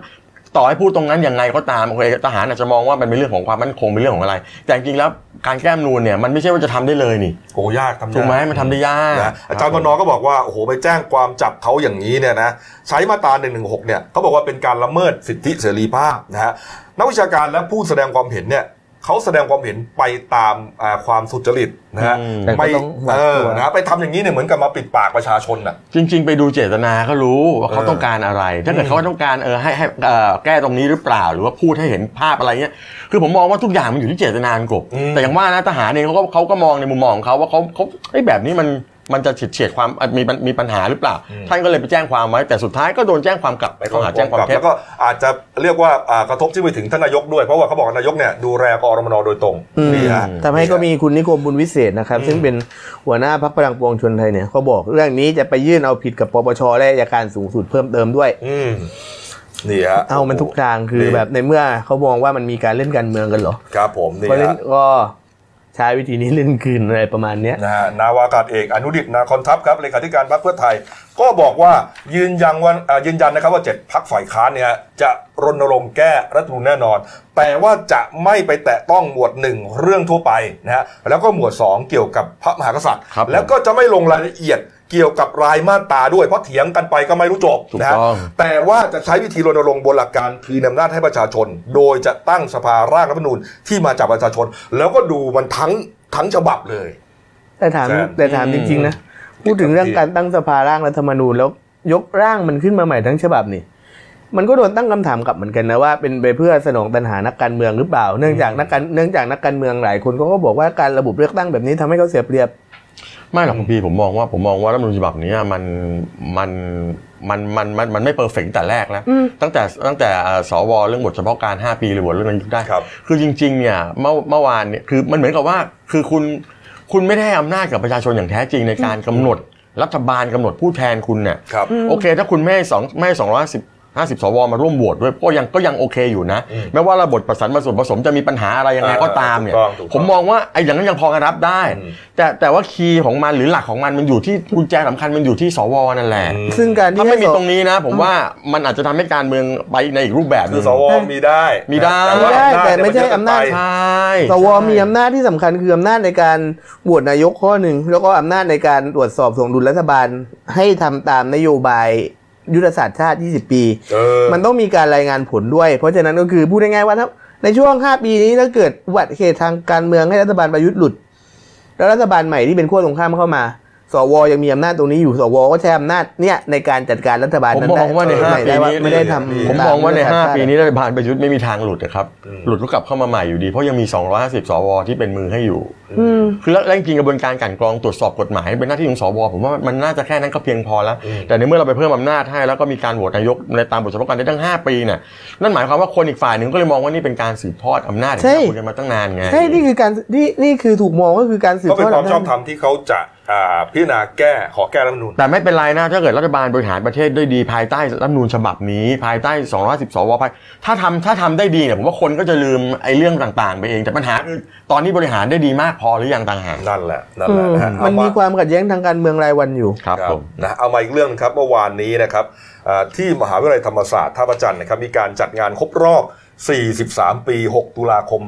[SPEAKER 2] ต่อให้พูดตรงนั้นยังไงก็ตามโอเคทหารอาจจะมองว่ามันเป็นเรื่องของความมั่นคงเป็นเรื่องของอะไร แต่จริงๆแล้วการแก้มนูนเนี่ยมันไม่ใช่ว่าจะทำได้เลยนี่
[SPEAKER 1] โหยากทำยาก
[SPEAKER 2] ถูกไหมมันทำได้ยาก
[SPEAKER 1] นะอาจารย์วันนอร์ก็บอกว่าโอ้โหไปแจ้งความจับเขาอย่างนี้เนี่ยนะใช้มาตรา1นึเนี่ยเขาบอกว่าเป็นการละเมิดสิทธิเสรีภาพนะฮะนักวิชาการและผู้แสดงความเห็นเนี่ยเขาแสดงความเห็นไปตามอ่าความสุจริตนะฮะ
[SPEAKER 4] แต่ก็
[SPEAKER 1] ไม่
[SPEAKER 4] ต้องหวาด
[SPEAKER 1] เอก
[SPEAKER 4] ลั
[SPEAKER 1] อ
[SPEAKER 4] ว
[SPEAKER 1] นะฮะไปทำอย่างนี้เนี่ยเหมือนกับมาปิดปากประชาชนน่ะ
[SPEAKER 2] จริง ๆ ไปดูเจตนาก็รู้ว่าเขา
[SPEAKER 1] เออ
[SPEAKER 2] ต้องการอะไร ถ้าเกิดเขาต้องการเออให้ให้เอ่อแก้ตรงนี้หรือเปล่า หรือว่าพูดให้เห็นภาพอะไรเงี้ยคือผมมองว่าทุกอย่างมันอยู่ที่เจตนาคุณกบ
[SPEAKER 1] อืม
[SPEAKER 2] แต่อย่างว่านะทหารเองเขาก็เขาก็มองในมุมมองของเขาว่าเขาเขาไอ้ยแบบนี้มันมันจะเฉียดเฉียดความมีปัญมีปัญหาหรือเปล่า ท่านก็เลยไปแจ้งความไว้แต่สุดท้ายก็โดนแจ้งความกลับไปข้อหาแจ้งความเท็จ
[SPEAKER 1] แล้วก็อาจจะเรียกว่าอ่ากระทบที่ไปถึงท่านนายกด้วยเพราะว่าเขาบอกว่านายกเนี่ยดูแลกอรมนโดยตรง
[SPEAKER 4] อืม
[SPEAKER 1] นี่ฮะ
[SPEAKER 4] ทำให้ก็มีคุณนิคมบุญวิเศษนะครับ ซึ่งเป็นหัวหน้าพักพลังปวงชนไทยเนี่ยเขาบอกเรื่องนี้จะไปยื่นเอาผิดกับปปชและอัยการสูงสุดเพิ่มเติมด้วย
[SPEAKER 1] อืมนี่ฮะ
[SPEAKER 4] เอามันทุกทางคือ
[SPEAKER 1] นี่
[SPEAKER 4] แบบในเมื่อเขามองว่ามันมีการเล่นการเมืองกันเหรอ
[SPEAKER 1] ครับผมนี่
[SPEAKER 4] ก็เล่น
[SPEAKER 1] ฮะ
[SPEAKER 4] ก็ใช้วิธีนี้เล่นคืนอะไรประมาณเนี้ย
[SPEAKER 1] นะฮะนาวากาศเอกอนุดิตนาคอนทัพครับเลขาธิการพรรคเพื่อไทย ก็บอกว่ายืนยันว่าอ่ายืนยันนะครับว่าเจ็ดพักฝ่ายค้านเนี่ยฮะจะรณรงค์แก้รัฐธรรมนูญแน่นอน แต่ว่าจะไม่ไปแตะต้องหมวดหนึ่งเรื่องทั่วไปนะฮะแล้วก็หมวด 2 เกี่ยวกับพระมหากษัตริย์
[SPEAKER 2] ครับผม
[SPEAKER 1] แล้วก็จะไม่ลงรายละเอียดเกี่ยวกับรายมาตราด้วยเพราะเถียงกันไปก็ไม่รู้จบ
[SPEAKER 2] ถูก
[SPEAKER 1] นะฮะ
[SPEAKER 2] ต้อง
[SPEAKER 1] แต่ว่าจะใช้วิธีรณรงค์บนหลักการคืนอำนาจให้ประชาชน โดยจะตั้งสภาร่างรัฐธรรมนูญที่มาจากประชาชน แล้วก็ดูมันทั้งทั้งฉบับเลย
[SPEAKER 4] แต่ถาม
[SPEAKER 1] ใช่
[SPEAKER 4] แต่ถามจริงๆนะพูดถึงเรื่องการตั้งสภาร่างรัฐธรรมนูญแล้วยกร่างมันขึ้นมาใหม่ทั้งฉบับนี่ มันก็โดนตั้งคำถามกลับเหมือนกันนะว่าเป็นไปเพื่อสนองตัณหานักการเมืองหรือเปล่า เนื่องจากนักการเนื่องจากนักการเมืองหลายคนเขาก็บอกว่าการระบบเลือกตั้งแบบนี้ทำให้เขาเสียเปรียบ
[SPEAKER 2] ไม่หรอกคุณพี่ผมมองว่าผมมองว่ารัฐธรรมนูญฉบับเนี้ยมันมันมันมันมันมันไม่เพอร์เฟกต์แต่แรกแล้ว ตั้งแต่ตั้งแต่เอ่อสวเรื่องบทเฉพาะการ 5 ปีหรือบทเรื่องนั้นยุบได้
[SPEAKER 1] ครับ
[SPEAKER 2] คือจริงๆเนี่ยเมื่อเมื่อวานเนี่ยคือมันเหมือนกับว่าคือคุณคุณไม่ได้ให้อำนาจกับประชาชนอย่างแท้จริงในการกำหนด รัฐบาลกำหนดผู้แทนคุณเนี่ย
[SPEAKER 1] ครับ
[SPEAKER 2] โอเค ถ้าคุณไม่ให้สองไม่ให้สองร้อยสิบห้าสิบสวมาร่วมโหวตด้วยก็ยังก็ยังโอเคอยู่นะ
[SPEAKER 1] อืม
[SPEAKER 2] ไม่ว่าระบบประสานผสมผสมจะมีปัญหาอะไรยังไง
[SPEAKER 1] อ่า
[SPEAKER 2] ก็ตามเนี่ย
[SPEAKER 1] ถูกต้องถูกต้อง
[SPEAKER 2] ผมมองว่าไอ้อย่างนั้นยังพอรับได้
[SPEAKER 1] อืม
[SPEAKER 2] แต่แต่ว่าคีย์ของมันหรือหลักของมันมันอยู่ที่กุญแจสำคัญมันอยู่ที่สวนั่นแหละ
[SPEAKER 4] ซึ่งการที่
[SPEAKER 2] ถ้าไม่มี
[SPEAKER 4] ให้ส
[SPEAKER 2] ตรงนี้นะ ผมว่ามันอาจจะทำให้การเมืองไปในอีกรูปแบบห
[SPEAKER 1] คื
[SPEAKER 2] นึ
[SPEAKER 1] อง สวมีได้
[SPEAKER 2] มีได้
[SPEAKER 1] แต่ว่า
[SPEAKER 4] ได้แต่
[SPEAKER 1] อำจ
[SPEAKER 4] ไม่ใช่อำนาจ
[SPEAKER 1] เย
[SPEAKER 2] ใช
[SPEAKER 1] มัเยะเกิไป
[SPEAKER 2] ่
[SPEAKER 4] สวมีอำนาจที่สำคัญคืออำนาจในการบวชนายกข้อหนึ่งแล้วก็อำนาจในการตรวจสอบสงดุลรัฐบาลให้ทำตามนโยบายยุทธศาสตร์ชาติ 20 ปี
[SPEAKER 1] เออ
[SPEAKER 4] มันต้องมีการรายงานผลด้วย เพราะฉะนั้นก็คือพูดง่ายๆว่าถ้าในช่วง 5 ปีนี้ถ้าเกิดอุบัติเหตุทางการเมืองให้รัฐบาลประยุทธ์หลุด แล้วรัฐบาลใหม่ที่เป็นขั้วตรงข้ามเข้ามา
[SPEAKER 3] สวยังมีอำนาจตรงนี้อยู่สวก็ใช้อำนาจเนี่ยในการจัดการรัฐบาลนั้น
[SPEAKER 2] ผ
[SPEAKER 3] ได้
[SPEAKER 2] มมองว่าในห้า
[SPEAKER 3] ไม่ได้ว่า
[SPEAKER 2] ปีนี้
[SPEAKER 3] ไม่ได้ทำ
[SPEAKER 2] ผม
[SPEAKER 3] ต
[SPEAKER 2] มองว่าใน
[SPEAKER 3] ยุทธศสตร์ชา
[SPEAKER 2] 5 ปี
[SPEAKER 3] ติ
[SPEAKER 2] นี้รัฐบาลประยุทธ์ไม่มีทางหลุดนะครับ หลุดก็กลับเข้ามาใหม่อยู่ดี เพราะยังมี 250 สวที่เป็นมือให้อยู่ คือแล้วจริงๆกระบวนการกลันกรองตรวจสอบกฎหมายเป็นหน้าที่ของสวผมว่ามันน่าจะแค่นั้นก็เพียงพอแล้ว แต่ในเมื่อเราไปเพิ่มอำนาจให้แล้วก็มีการโหวตนายกในตามบทเฉพาะการได้ตั้ง 5 ปีเนี่ยนั่นหมายความว่าคนอีกฝ่ายหนึ่งก็เลยมองว่านี่เป็นการสืบทอดอำนาจอย่างที่เราคุยกันมาตั้งนานไง
[SPEAKER 3] ใช่นี่คือการนี่นี่คือถูกมองก็คือการสืบ
[SPEAKER 1] ก็เป็น
[SPEAKER 3] ทอด
[SPEAKER 1] ความชอบ
[SPEAKER 3] ำ
[SPEAKER 1] ธร
[SPEAKER 3] นาจ
[SPEAKER 1] รมที่เขาจะอ่าพิจารณาแก้ขอแก้รัฐธรรมนูญ
[SPEAKER 2] แต่ไม่เป็นไรนะถ้าเกิดรัฐบาลบริหารประเทศได้ดีภายใต้รัฐธรรมนูญฉบับนี้ ภายใต้ 210สวภายถ้าทำถ้าทำได้ดีเนี่ยผมว่าคนก็จะลืมไอ้เรื่องต่างๆ ไปเองแต่ปัญหาคือตอนนี้บริหารได้ดีมากพอหรือยังต่างหาก
[SPEAKER 1] นั่นแหละนั่นแหละะฮะ
[SPEAKER 3] มัน
[SPEAKER 1] เอาา
[SPEAKER 3] มีความขัดแย้งทางการเมืองรายวันอยู่
[SPEAKER 2] ครับผม
[SPEAKER 1] นะเอามาอีกเรื่องครับเมื่อวานนี้นะครับอ่าที่มหาวิทยาลัยธรรมศาสตร์ท่าประจันทร์นะครับมีการจัดงานครบรอบ 43 ปี 6 ตุลาคม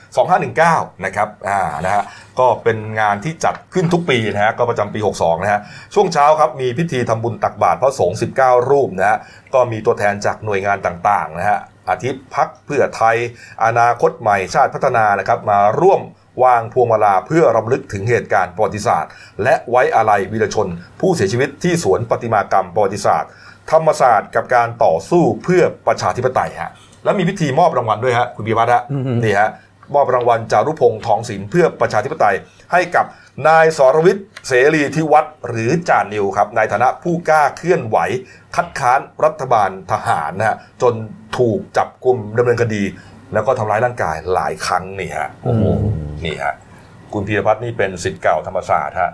[SPEAKER 1] 2000 2519 นะครับอ่านะฮะก็เป็นงานที่จัดขึ้นทุกปีนะฮะก็ประจำปี 62 นะฮะช่วงเช้าครับมีพิธีทำบุญตักบาตรพระสงฆ์ 19 รูปนะฮะก็มีตัวแทนจากหน่วยงานต่างๆนะฮะอาทิพักเพื่อไทย อนาคตใหม่ชาติพัฒนานะครับมาร่วม วางพวงมาลาเพื่อรำลึกถึงเหตุการณ์ประวัติศาสตร์ และไว้อาลัยวีรชน ผู้เสียชีวิตที่สวนปฏิมากรรมประวัติศาสตร์ ธรรมศาสตร์กับการต่อสู้เพื่อประชาธิปไตยฮะและมีพิธีมอบรางวัลด้วยฮะคุณบีวัฒน์ฮะนี่ฮะมอบรางวัลจารุพงษ์ทองศิลป์เพื่อประชาธิปไตย ให้กับนายสรวิทย์เสรีทิวัฒน์หรือจานิวครับในฐานะผู้กล้าเคลื่อนไหว คัดค้านรัฐบาลทหารนะฮะจนถูกจับกลุ่มดำเนินคดี แล้วก็ทำร้ายร่างกายหลายครั้งนี่ฮะโอ้โหนี่ฮะคุณพีรพัฒน์นี่เป็นสิทธิ์เก่าธรรมศาสตร์ฮะ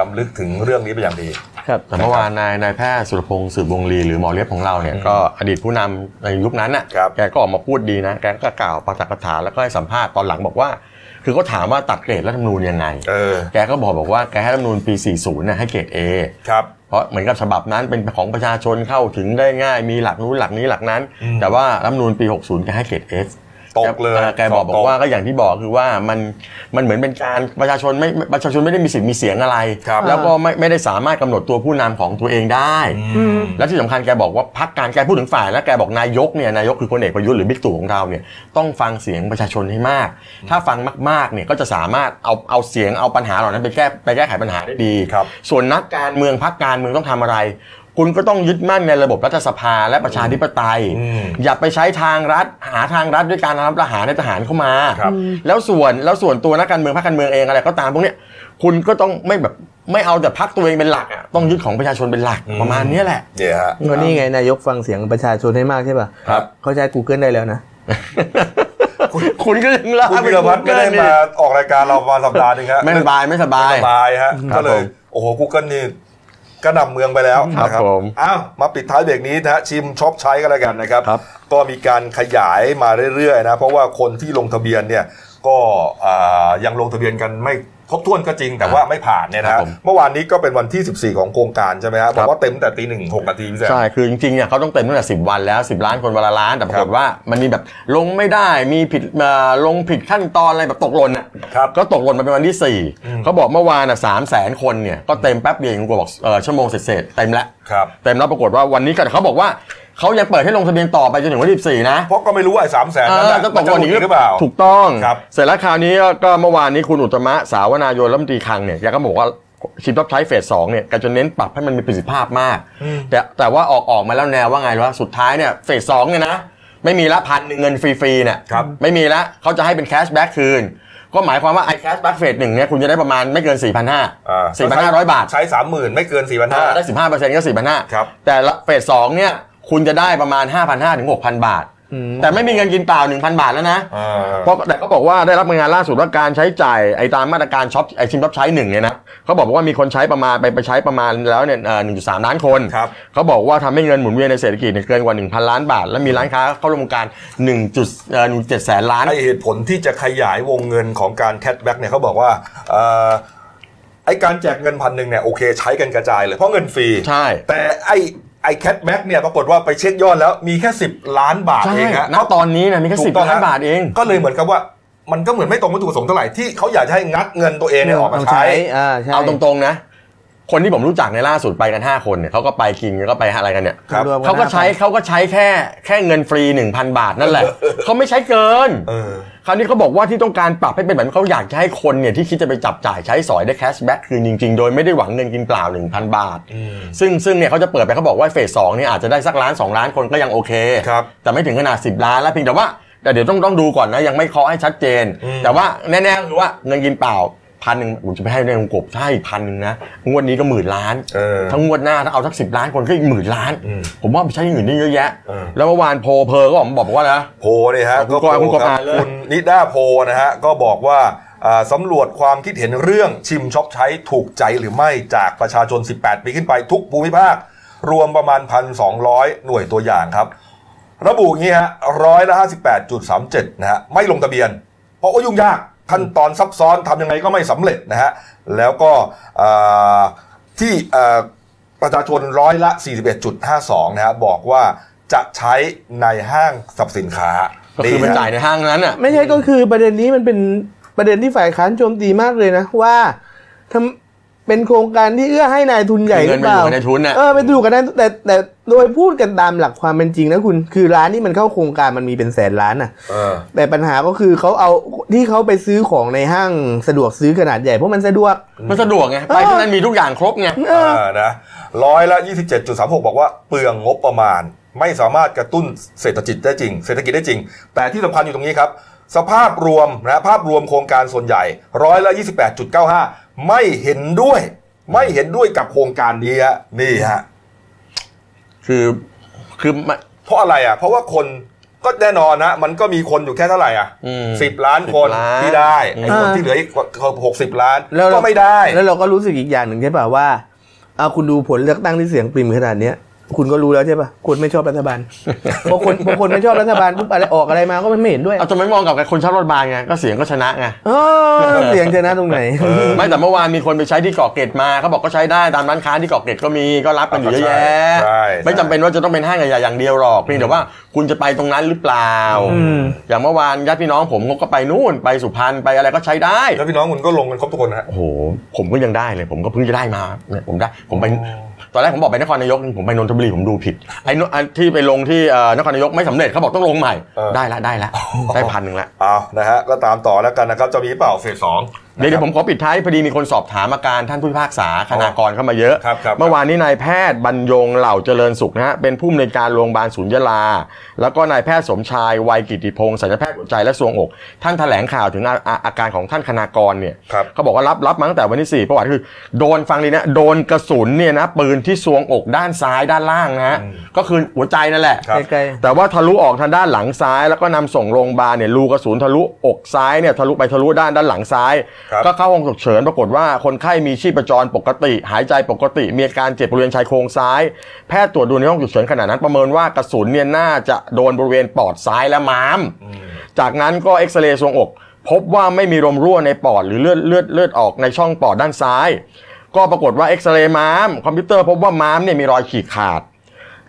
[SPEAKER 1] ลำลึกถึงเรื่องนี้เป็นอย่างดี
[SPEAKER 3] ครับ
[SPEAKER 2] แต่เมื่อวานนายนายแพทย์สุรพงศ์สืบวงลีหรือหมอเลียบของเราเนี่ย
[SPEAKER 1] อืม
[SPEAKER 2] ก็อดีตผู้นำในยุคนั้นน่ะ
[SPEAKER 1] ครับ
[SPEAKER 2] แกก็ออกมาพูดดีนะแกก็กล่าวปาฐกถาแล้วก็ให้สัมภาษณ์ตอนหลังบอกว่า คือเขาถามว่าตัดเกรดรัฐธรรมนูญยังไง
[SPEAKER 1] เออ
[SPEAKER 2] แกก็บอกบอกว่าแกให้รัฐธรรมนูญปี 40น่ะให้เกรด A
[SPEAKER 1] ครับ
[SPEAKER 2] เพราะเหมือนกับฉบับนั้นเป็นของประชาชนเข้าถึงได้ง่าย มีหลักนู้นหลักนี้หลักนั้น
[SPEAKER 1] อืม
[SPEAKER 2] แต่ว่ารัฐธรรมนูญปี 60แกให้เกรด S
[SPEAKER 1] ตกเลย
[SPEAKER 2] แกบอกบอกว่าก็อย่างที่บอกคือว่ามันมันเหมือนเป็นการประชาชนไม่ประชาชนไม่ได้มีสิทธิ์มีเสียงอะไร
[SPEAKER 1] ครับ
[SPEAKER 2] แล้วก็ไม่ไม่ได้สามารถกำหนดตัวผู้นำของตัวเองได้
[SPEAKER 1] อืม
[SPEAKER 2] และที่สำคัญแกบอกว่าพักการแกพูดถึงฝ่ายแล้วแกบอกนายกเนี่ยนายกคือพลเอกประยุทธ์หรือบิ๊กตู่ของเราเนี่ยต้องฟังเสียงประชาชนให้มาก ถ้าฟังมากๆเนี่ยก็จะสามารถเอาเอาเสียงเอาปัญหาเหล่านั้นไปแก้ไปแก้ไขปัญหาได้ดี
[SPEAKER 1] ครับ
[SPEAKER 2] ส่วนนักการเมืองพักการเมืองต้องทำอะไร คุณก็ต้องยึดมั่นในระบบรัฐสภาและประชาธิปไตย
[SPEAKER 1] อืม
[SPEAKER 2] อย่าไปใช้ทางรัฐหาทางรัฐด้วยการรับทหารในทหารเข้ามา
[SPEAKER 1] ครับ
[SPEAKER 2] แล้วส่วนแล้วส่วนตัวนักการเมืองพรรคการเมืองเองอะไรก็ตามพวกเนี้ยคุณก็ต้องไม่แบบไม่เอาแต่พรรคตัวเองเป็นหลักอะต้องยึดของประชาชนเป็นหลัก
[SPEAKER 1] อืม
[SPEAKER 2] ประมาณเนี้ยแหละ
[SPEAKER 1] เนี่ยฮะ
[SPEAKER 3] ก็นี่ไงนายกฟังเสียงประชาชนให้มากใช่ป่ะ
[SPEAKER 1] ครับ
[SPEAKER 3] เขาใช้ Google ได้แล้วนะ
[SPEAKER 2] คุณคุณก็ยังลา
[SPEAKER 1] คุณ
[SPEAKER 2] ไป
[SPEAKER 1] พีรพัฒน์ก็ได้มาออกรายการเราประมาณสัปดาห์หนึงฮะ
[SPEAKER 2] ไม่สบายไม่สบาย
[SPEAKER 1] สบายฮะ
[SPEAKER 2] ครับ
[SPEAKER 1] ก็เลย
[SPEAKER 2] ผม
[SPEAKER 1] โอ้โหกูเกิลนี่กระหนำเมืองไปแล้ว
[SPEAKER 2] ครับ
[SPEAKER 1] นะ
[SPEAKER 2] ผม
[SPEAKER 1] อ้าวมาปิดท้ายเบรกนี้นะฮะชิมช็อปใช้กันแล้วกันนะครับ
[SPEAKER 2] ครับ
[SPEAKER 1] ก็มีการขยายมาเรื่อยๆนะเพราะว่าคนที่ลงทะเบียนเนี่ยก็อ่ายังลงทะเบียนกันไม่ครบถ้วนก็จริงแต่ว่าไม่ผ่านเนี่ยนะ
[SPEAKER 2] ครั
[SPEAKER 1] ฮะ
[SPEAKER 2] บผม
[SPEAKER 1] เมื่อวานนี้ก็เป็นวันที่ 14 ของโครงการใช่ไหมฮะ
[SPEAKER 2] ครับ บ
[SPEAKER 1] อกว่าเต็มแต่ตีหนึ่งหกนาทีพี่แซม
[SPEAKER 2] ใช่ คือจริงๆเนี่ยเขาต้องเต็มตั้งแต่ 10 วันแล้ว 10 ล้านคนวันละล้าน แต่ปรากฏว่ามันมีแบบลงไม่ได้ มีผิดเอ่อลงผิดขั้นตอนอะไรแบบตกหล่นอ่ะ
[SPEAKER 1] ครับ
[SPEAKER 2] ก็ตกหล่นมาเป็นวันที่
[SPEAKER 1] อืม
[SPEAKER 2] 4 เขาบอกเมื่อวานอ่ะสามแสนคนเนี่ย ก็เต็มแป๊บเดียวเองกูบอกเอ่อชั่วโมงเสร็จๆเต็มแล้ว
[SPEAKER 1] ครับ
[SPEAKER 2] เต็มแล้วปรากฏว่าวันนี้ก็เขาบอกว่าเขายังเปิดให้ลงทะเบียนต่อไปจนถึงวันที่14นะ
[SPEAKER 1] เพราะก็ไม่รู้ว่าไอ้สามแสนนั้น
[SPEAKER 2] เอ
[SPEAKER 1] น่ะ
[SPEAKER 2] อก็ตกหล่นอีก
[SPEAKER 1] มัจะหรือเปล่า
[SPEAKER 2] ถูกต้อง
[SPEAKER 1] ครับ
[SPEAKER 2] เสร็จแล้วคราวนี้ก็เมื่อวานนี้คุณอุตมะสาวนายนรัฐมนตรีคลังเนี่ยแกก็บอกว่าชิมท็อปใช้เฟสสองเนี่ยแกจะเน้นปรับให้มันมีประสิทธิภาพมาก
[SPEAKER 1] อืม
[SPEAKER 2] แต่แต่ว่าออกออกมาแล้วแนวว่าไงรู้ว่าสุดท้ายเนี่ยเฟสสองเนี่ยนะไม่มีละพันหนึ่งเงินฟรีๆเนี่ย
[SPEAKER 1] ครับ
[SPEAKER 2] ไม่มีละเขาจะให้เป็นแคชแบ็กคืน ก็หมายความว่าไอ้แคชแบ็กเฟสหนึ่งเนี่ยคุณจะได้ประมาณไม่เกิน 4 5
[SPEAKER 1] อ
[SPEAKER 2] 0
[SPEAKER 1] ่า
[SPEAKER 2] 0 4,500 บาท
[SPEAKER 1] ใช้สามหมื่นไม่เกินสี่พันห้า
[SPEAKER 2] ได้ 15%ก็ 4,500
[SPEAKER 1] ครับ
[SPEAKER 2] แต่ละเฟสสองเนี่ยคุณจะได้ประมาณ 5,500ถึง6,000 บาท
[SPEAKER 3] อืม
[SPEAKER 2] แต่ไม่มีเงินกินเปล่า1,000 บาทแล้วนะ
[SPEAKER 1] อ่า
[SPEAKER 2] เพราะแต่เขาบอกว่าได้รับรายงานล่าสุดว่าการใช้จ่ายไอ้ตามมาตรการช็อปไอ้ชิมช็อปใช้หนึ่งเนี่ยนะเขาบอกว่ามีคนใช้ประมาณไปไปใช้ประมาณแล้วเนี่ยหนึ่งจุดสามล้านคน
[SPEAKER 1] ครับ
[SPEAKER 2] เขาบอกว่าทำให้เงินหมุนเวียนในเศรษฐกิจเนี่ยเกินกว่า 1,000 ล้านบาท และมีร้านค้าเข้าร่วมโครงการ1นึ่งจุดหนึ่งเจ็ดแสนล้าน
[SPEAKER 1] ไอเหตุผลที่จะขยายวงเงินของการแคชแบ็กเนี่ยเขาบอกว่าเอ่อไอการแจกเงินพันหนึ่งเนี่ยโอเคใช้กันกระจายเลย เพราะเงินฟรี
[SPEAKER 2] ใช่
[SPEAKER 1] แต่ไอไอแคชแบ็กเนี่ยปรากฏว่าไปเช็คยอดแล้วมีแค่ 10 ล้านบาท
[SPEAKER 2] ใช่
[SPEAKER 1] เองฮะ
[SPEAKER 2] ณตอนนี้นะมีแค่
[SPEAKER 1] ถู
[SPEAKER 2] สิ
[SPEAKER 1] ก
[SPEAKER 2] บ
[SPEAKER 1] ต้อง
[SPEAKER 2] ล้าน
[SPEAKER 1] ฮะ
[SPEAKER 2] บาทเอง
[SPEAKER 1] ก็เลยเหมือนกับว่า มันก็เหมือนไม่ตรงวัตถุประสงค์เท่าไหร่ที่เขาอยากจะให้งัดเงินตัวเองเนี่ยออกมา
[SPEAKER 3] เ
[SPEAKER 1] ใช้
[SPEAKER 3] อ่าใช่
[SPEAKER 2] เอาตรงๆนะ คนที่ผมรู้จักในล่าสุดไปกัน 5 คนเนี่ยเขาก็ไปกินแล้วก็ไปอะไรกันเนี่ย
[SPEAKER 1] ครับ
[SPEAKER 3] รวมน
[SPEAKER 2] เขาก็ใช้เขาก็ใช้แค่แค่เงินฟรี 1,000 บาทนั่นแหละ เขาไม่ใช้เกิน
[SPEAKER 1] เออ
[SPEAKER 2] คราวนี้เขาบอกว่าที่ต้องการปรับให้เป็นแบบนี้เขาอยากจะให้คนเนี่ยที่คิดจะไปจับจ่ายใช้สอยได้แคชแบ็กคืนจริงๆ โดยไม่ได้หวังเงินกินเปล่า 1,000 บาท
[SPEAKER 1] อืม
[SPEAKER 2] ซึ่งซึ่งเนี่ยเขาจะเปิดไปเขาบอกว่าเฟสสองเนี่ยอาจจะได้สักล้าน 2 ล้านคนก็ยังโอเค
[SPEAKER 1] ครับ
[SPEAKER 2] แต่ไม่ถึงขนาด 10 ล้านแล้วเพียงแต่ว่าแต่เดี๋ยวต้องต้องดูก่อนนะ ยังไม่เคาะให้ชัดเจน
[SPEAKER 1] อืม
[SPEAKER 2] แต่ว่าแน่ๆก็คือว่าเงินกินเปล่าพันหนึ่งผมจะไปให้ในวงกบถ้าอีกพันหนึ่งนะงวดนี้ก็หมื่นล้าน
[SPEAKER 1] เออ
[SPEAKER 2] ทั้งงวดหน้าถ้าเอาสักสิบล้านคนก็อีกหมื่นล้าน
[SPEAKER 1] อืม
[SPEAKER 2] ผมว่าไปใช้อย่างอื่นได้เยอะแยะ
[SPEAKER 1] เออ
[SPEAKER 2] แล้วเมื่อวานโพลเพอร์ก็ออกมาบอกว่านะ
[SPEAKER 1] โพลเนี่ยฮะ
[SPEAKER 2] คุณกอย
[SPEAKER 1] โพล
[SPEAKER 2] คุณกอย
[SPEAKER 1] รับ
[SPEAKER 2] อ่านเลย
[SPEAKER 1] คุณนิด้าโพลนะฮะก็บอกว่าอ่าสำรวจความคิดเห็นเรื่องชิมช็อปใช้ถูกใจหรือไม่จากประชาชน 18 ปีขึ้นไปทุกภูมิภาค รวมประมาณ 1,200 หน่วยตัวอย่างครับ ระบุอย่างนี้ฮะร้อยละ58.37 นะฮะไม่ลงทะเบียน เพราะว่ายุ่งยากขั้นตอนซับซ้อนทำยังไงก็ไม่สำเร็จนะฮะแล้วก็อ่าที่อ่า ประชาชนร้อยละ 41.52 นะฮะบบอกว่าจะใช้ในห้างสรรพสินค้า
[SPEAKER 2] ก็คือมัน
[SPEAKER 1] ฮะ
[SPEAKER 2] จ่ายในห้างนั้นอ่ะ
[SPEAKER 3] ไม่ใช่ก็คือประเด็นนี้มันเป็นประเด็นที่ฝ่ายค้านโจมตีมากเลยนะว่าทำเป็นโครงการที่เอื้อให้นายทุนใหญ่หรือเปล่า
[SPEAKER 2] เงินไปอยู่กับนายทุนน่ะ
[SPEAKER 3] เออไปดูกันนะแต่แต่โดยพูดกันตามหลักความเป็นจริงนะคุณ คือร้านที่มันเข้าโครงการมันมีเป็นแสนล้านน่ะ
[SPEAKER 1] เออ
[SPEAKER 3] แต่ปัญหาก็คือเขาเอาที่เขาไปซื้อของในห้างสะดวกซื้อขนาดใหญ่เพราะมันสะดวก
[SPEAKER 2] มันสะดวกไงไปที่นั่นมีทุกอย่างครบไง
[SPEAKER 3] เออ
[SPEAKER 1] เออนะร้อยละ 27.36 บอกว่าเปลืองงบประมาณ ไม่สามารถกระตุ้นเศรษฐกิจได้จริง เศรษฐกิจได้จริง แต่ที่สำคัญอยู่ตรงนี้ครับ สภาพรวมนะภาพรวมโครงการส่วนใหญ่ร้อยละ 28.95 ไม่เห็นด้วย ไม่เห็นด้วยกับโครงการนี้ฮะนี่ฮะ
[SPEAKER 2] คือคือมัน
[SPEAKER 1] เพราะอะไรอ่ะ เพราะว่าคนก็แน่นอนนะมันก็มีคนอยู่แค่เท่าไหร่อ่ะ
[SPEAKER 2] อืม
[SPEAKER 1] สิบล้านคน
[SPEAKER 2] สิบล้าน
[SPEAKER 1] ที่ได้ไอ้คน
[SPEAKER 3] อ่า
[SPEAKER 1] ที่เหลืออีกหกสิบล้าน
[SPEAKER 3] แล้วเรา
[SPEAKER 1] ก็ไม่ได้
[SPEAKER 3] แล้วเราก็รู้สึกอีกอย่างหนึ่งใช่ป่ะว่าเอาคุณดูผลเลือกตั้งที่เสียงปริ่มขนาดเนี้ย คุณก็รู้แล้วใช่ป่ะคนไม่ชอบรัฐ
[SPEAKER 1] *laughs*
[SPEAKER 3] บาล พอคนพอคนไม่ชอบรัฐบาลปุ๊บอะไรออกอะไรมาก็มันไม่เห็นด้วย
[SPEAKER 2] เอาทำไมมองกับคนชอบรถบานไง ก็เสียงก็ชนะไง
[SPEAKER 3] เออเสียงชนะตรงไหน
[SPEAKER 2] ไม่แต่เมื่อวานมีคนไปใช้ที่เกาะเกร็ดมาเขาบอกก็ใช้ได้ตามร้านค้าที่เกาะเกร็ดก็มีก็รับกันอยู่เยอะแยะ
[SPEAKER 1] ใช่
[SPEAKER 2] ไม่จำเป็นว่าจะต้องเป็นห้างใหญ่ๆอย่างเดียวหรอกเพียงแต่ว่าคุณจะไปตรงนั้นหรือเปล่า
[SPEAKER 3] อืม
[SPEAKER 2] อย่างเมื่อวานญาติพี่น้องผมก็ไปนู่นไปสุพรรณไปอะไรก็ใช้ได้
[SPEAKER 1] แล้วพี่น้องคุณก็ลงกันครบทุกคนนะฮะ
[SPEAKER 2] โอ้โห ผมก็ยังได้เลย ผมก็เพิ่งจะได้มาเนี่ยผมได้ ผมไป ตอนแรกผมบอกไปนครนายก ผมไปนนทบุรีผมดูผิด ไอ้นอันที่ไปลงที่เอ่อนครนายกไม่สำเร็จเขาบอกต้องลงใหม่
[SPEAKER 1] เออ
[SPEAKER 2] ได้ละได้ละ ได้พันหนึ่งละ
[SPEAKER 1] เอานะฮะก็ตามต่อแล้วกันนะครับ จะมีเปล่าเฟสสอง
[SPEAKER 2] เดี๋ยวเดี๋ยวผมขอปิดท้ายพอดีมีคนสอบถามอาการท่านผู้พิพากษาคณากรเข้ามาเยอะ
[SPEAKER 1] ครับครับ
[SPEAKER 2] เมื่อวานนี้นายแพทย์บรรยงเหล่าเจริญสุขนะฮะเป็นผู้อำนวยการโรงพยาบาลศูนย์ยาลา แล้วก็นายแพทย์สมชายวัยกิติพงศ์ศัลยแพทย์หัวใจและทรวงอก ท่านแถลงข่าวถึงอาอาอาการของท่านคณากรเนี่ย
[SPEAKER 1] ครับ
[SPEAKER 2] เขาบอกว่ารับรับมาตั้งแต่วันที่ 4 ประวัติคือ โดนฟังเลยนะ โดนกระสุนเนี่ยนะปืนที่ซวงอกด้านซ้ายด้านล่างนะฮะก็คือหัวใจนั่นแหละ
[SPEAKER 1] ครับ
[SPEAKER 3] ไกล
[SPEAKER 2] แต่ว่าทะลุออกทางด้านหลังซ้าย แล้วก็นำส่งโรงพยาบาลเนี่ยรูกระสุนทะลุอกซ้ายเนี่ยทะลุไปทะลุด้านด้านหลังซ้าย
[SPEAKER 1] ครับ
[SPEAKER 2] ก็เข้าห้องฉุกเฉินปรากฏว่าคนไข้มีชีพจรปกติ หายใจปกติ มีอาการเจ็บบริเวณชายโครงซ้าย แพทย์ตรวจดูในห้องฉุกเฉินขณะนั้นประเมินว่ากระสุนเนี่ยน่าจะโดนบริเวณปอดซ้ายและม้าม จากนั้นก็เอ็กซเรย์ทรวงอก พบว่าไม่มีลมรั่วในปอดหรือเลือดเลือดเลือดออกในช่องปอดด้านซ้าย ก็ปรากฏว่าเอ็กซเรย์ม้ามคอมพิวเตอร์พบว่าม้ามเนี่ยมีรอยขีดขาด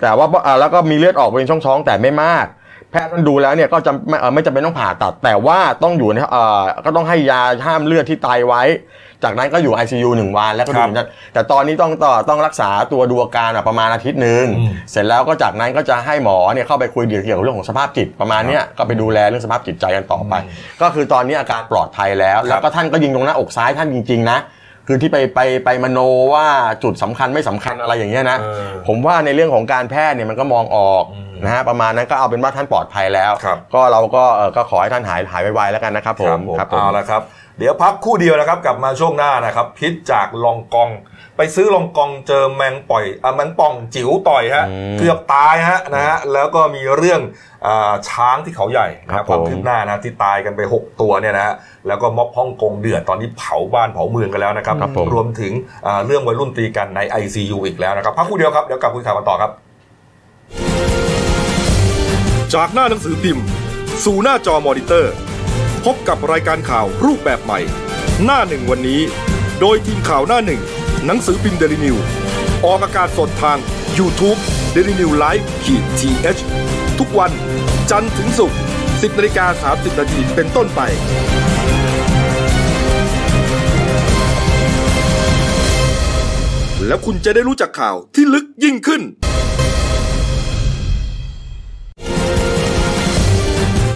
[SPEAKER 2] แต่ว่าอ่าแล้วก็มีเลือดออกบริเวณช่องท้องแต่ไม่มาก แพทย์ท่านดูแล้วเนี่ยก็จะไม่เอ่อไม่จำเป็นต้องผ่าตัด แต่ว่าต้องอยู่ในเอ่อก็ต้องให้ยาห้ามเลือดที่ไตไว้ จากนั้นก็อยู่ ICU หนึ่งวันแล้วก็ดู
[SPEAKER 1] ครับ
[SPEAKER 2] นะแต่ตอนนี้ต้องต่อต้องรักษาตัวดูอาการอ่ะประมาณอาทิตย์หนึ่ง
[SPEAKER 1] อืม
[SPEAKER 2] เสร็จแล้วก็จากนั้นก็จะให้หมอเนี่ยเข้าไปคุยเกี่ยวกับเรื่องของสภาพจิตประมาณเนี้ยก็ไปดูแลเรื่องสภาพจิตใจกันต่อไป ก็คือตอนนี้อาการปลอดภัยแล้ว แล้วก็ท่านก็ยิงตรงหน้าอกซ้ายท่านจริงๆนะคือที่ไปไปไปมโนว่าจุดสำคัญไม่สำคัญอะไรอย่างเงี้ยนะ
[SPEAKER 1] เออ
[SPEAKER 2] ผมว่าในเรื่องของการแพทย์เนี่ยมันก็มองออกนะฮะประมาณนั้นก็เอาเป็นว่าท่านปลอดภัยแล้ว
[SPEAKER 1] ครับ
[SPEAKER 2] ก็เราก็เอ่อก็ขอให้ท่านหายหายไวๆแล้วกันนะครับผม
[SPEAKER 1] ครับ
[SPEAKER 2] ผม
[SPEAKER 1] เอาละครับ เดี๋ยวพักครู่เดียวนะครับ กลับมาช่วงหน้านะครับ พิษจากลองกอง ไปซื้อลองกองเจอแมงป่อยอ่ะแมงป่องจิ๋วต่อยฮะเกือบตายฮะนะฮะแล้วก็มีเรื่องอาช้างที่เขาใหญ่นะครับความคืบหน้านะที่ตายกันไป 6 ตัวเนี่ยนะฮะแล้วก็ม็อบฮ่องกงเดือดตอนนี้เผาบ้านเผาเมืองกันแล้วนะครับรวมถึงอ่าเรื่องวัยรุ่นตีกันใน ICU อีกแล้วนะครับพักครู่เดียวครับเดี๋ยวกลับคุยข่าวกันต่อครับ
[SPEAKER 5] จากหน้าหนังสือพิมพ์ สู่หน้าจอมอนิเตอร์ พบกับรายการข่าวรูปแบบใหม่ หน้าหนึ่งวันนี้ โดยทีมข่าวหน้าหนึ่ง หนังสือพิมพ์เดลิวิวออกอากาศสดทาง YouTube d e l i n e w l i v e ขีดทีเทุกวันจันทร์ถึงศุกร์10นาฬิกา30นาทีเป็นต้นไป
[SPEAKER 1] ก
[SPEAKER 5] แล้วคุณจะได้รู้จักข่าวที่ลึกยิ่งขึ้น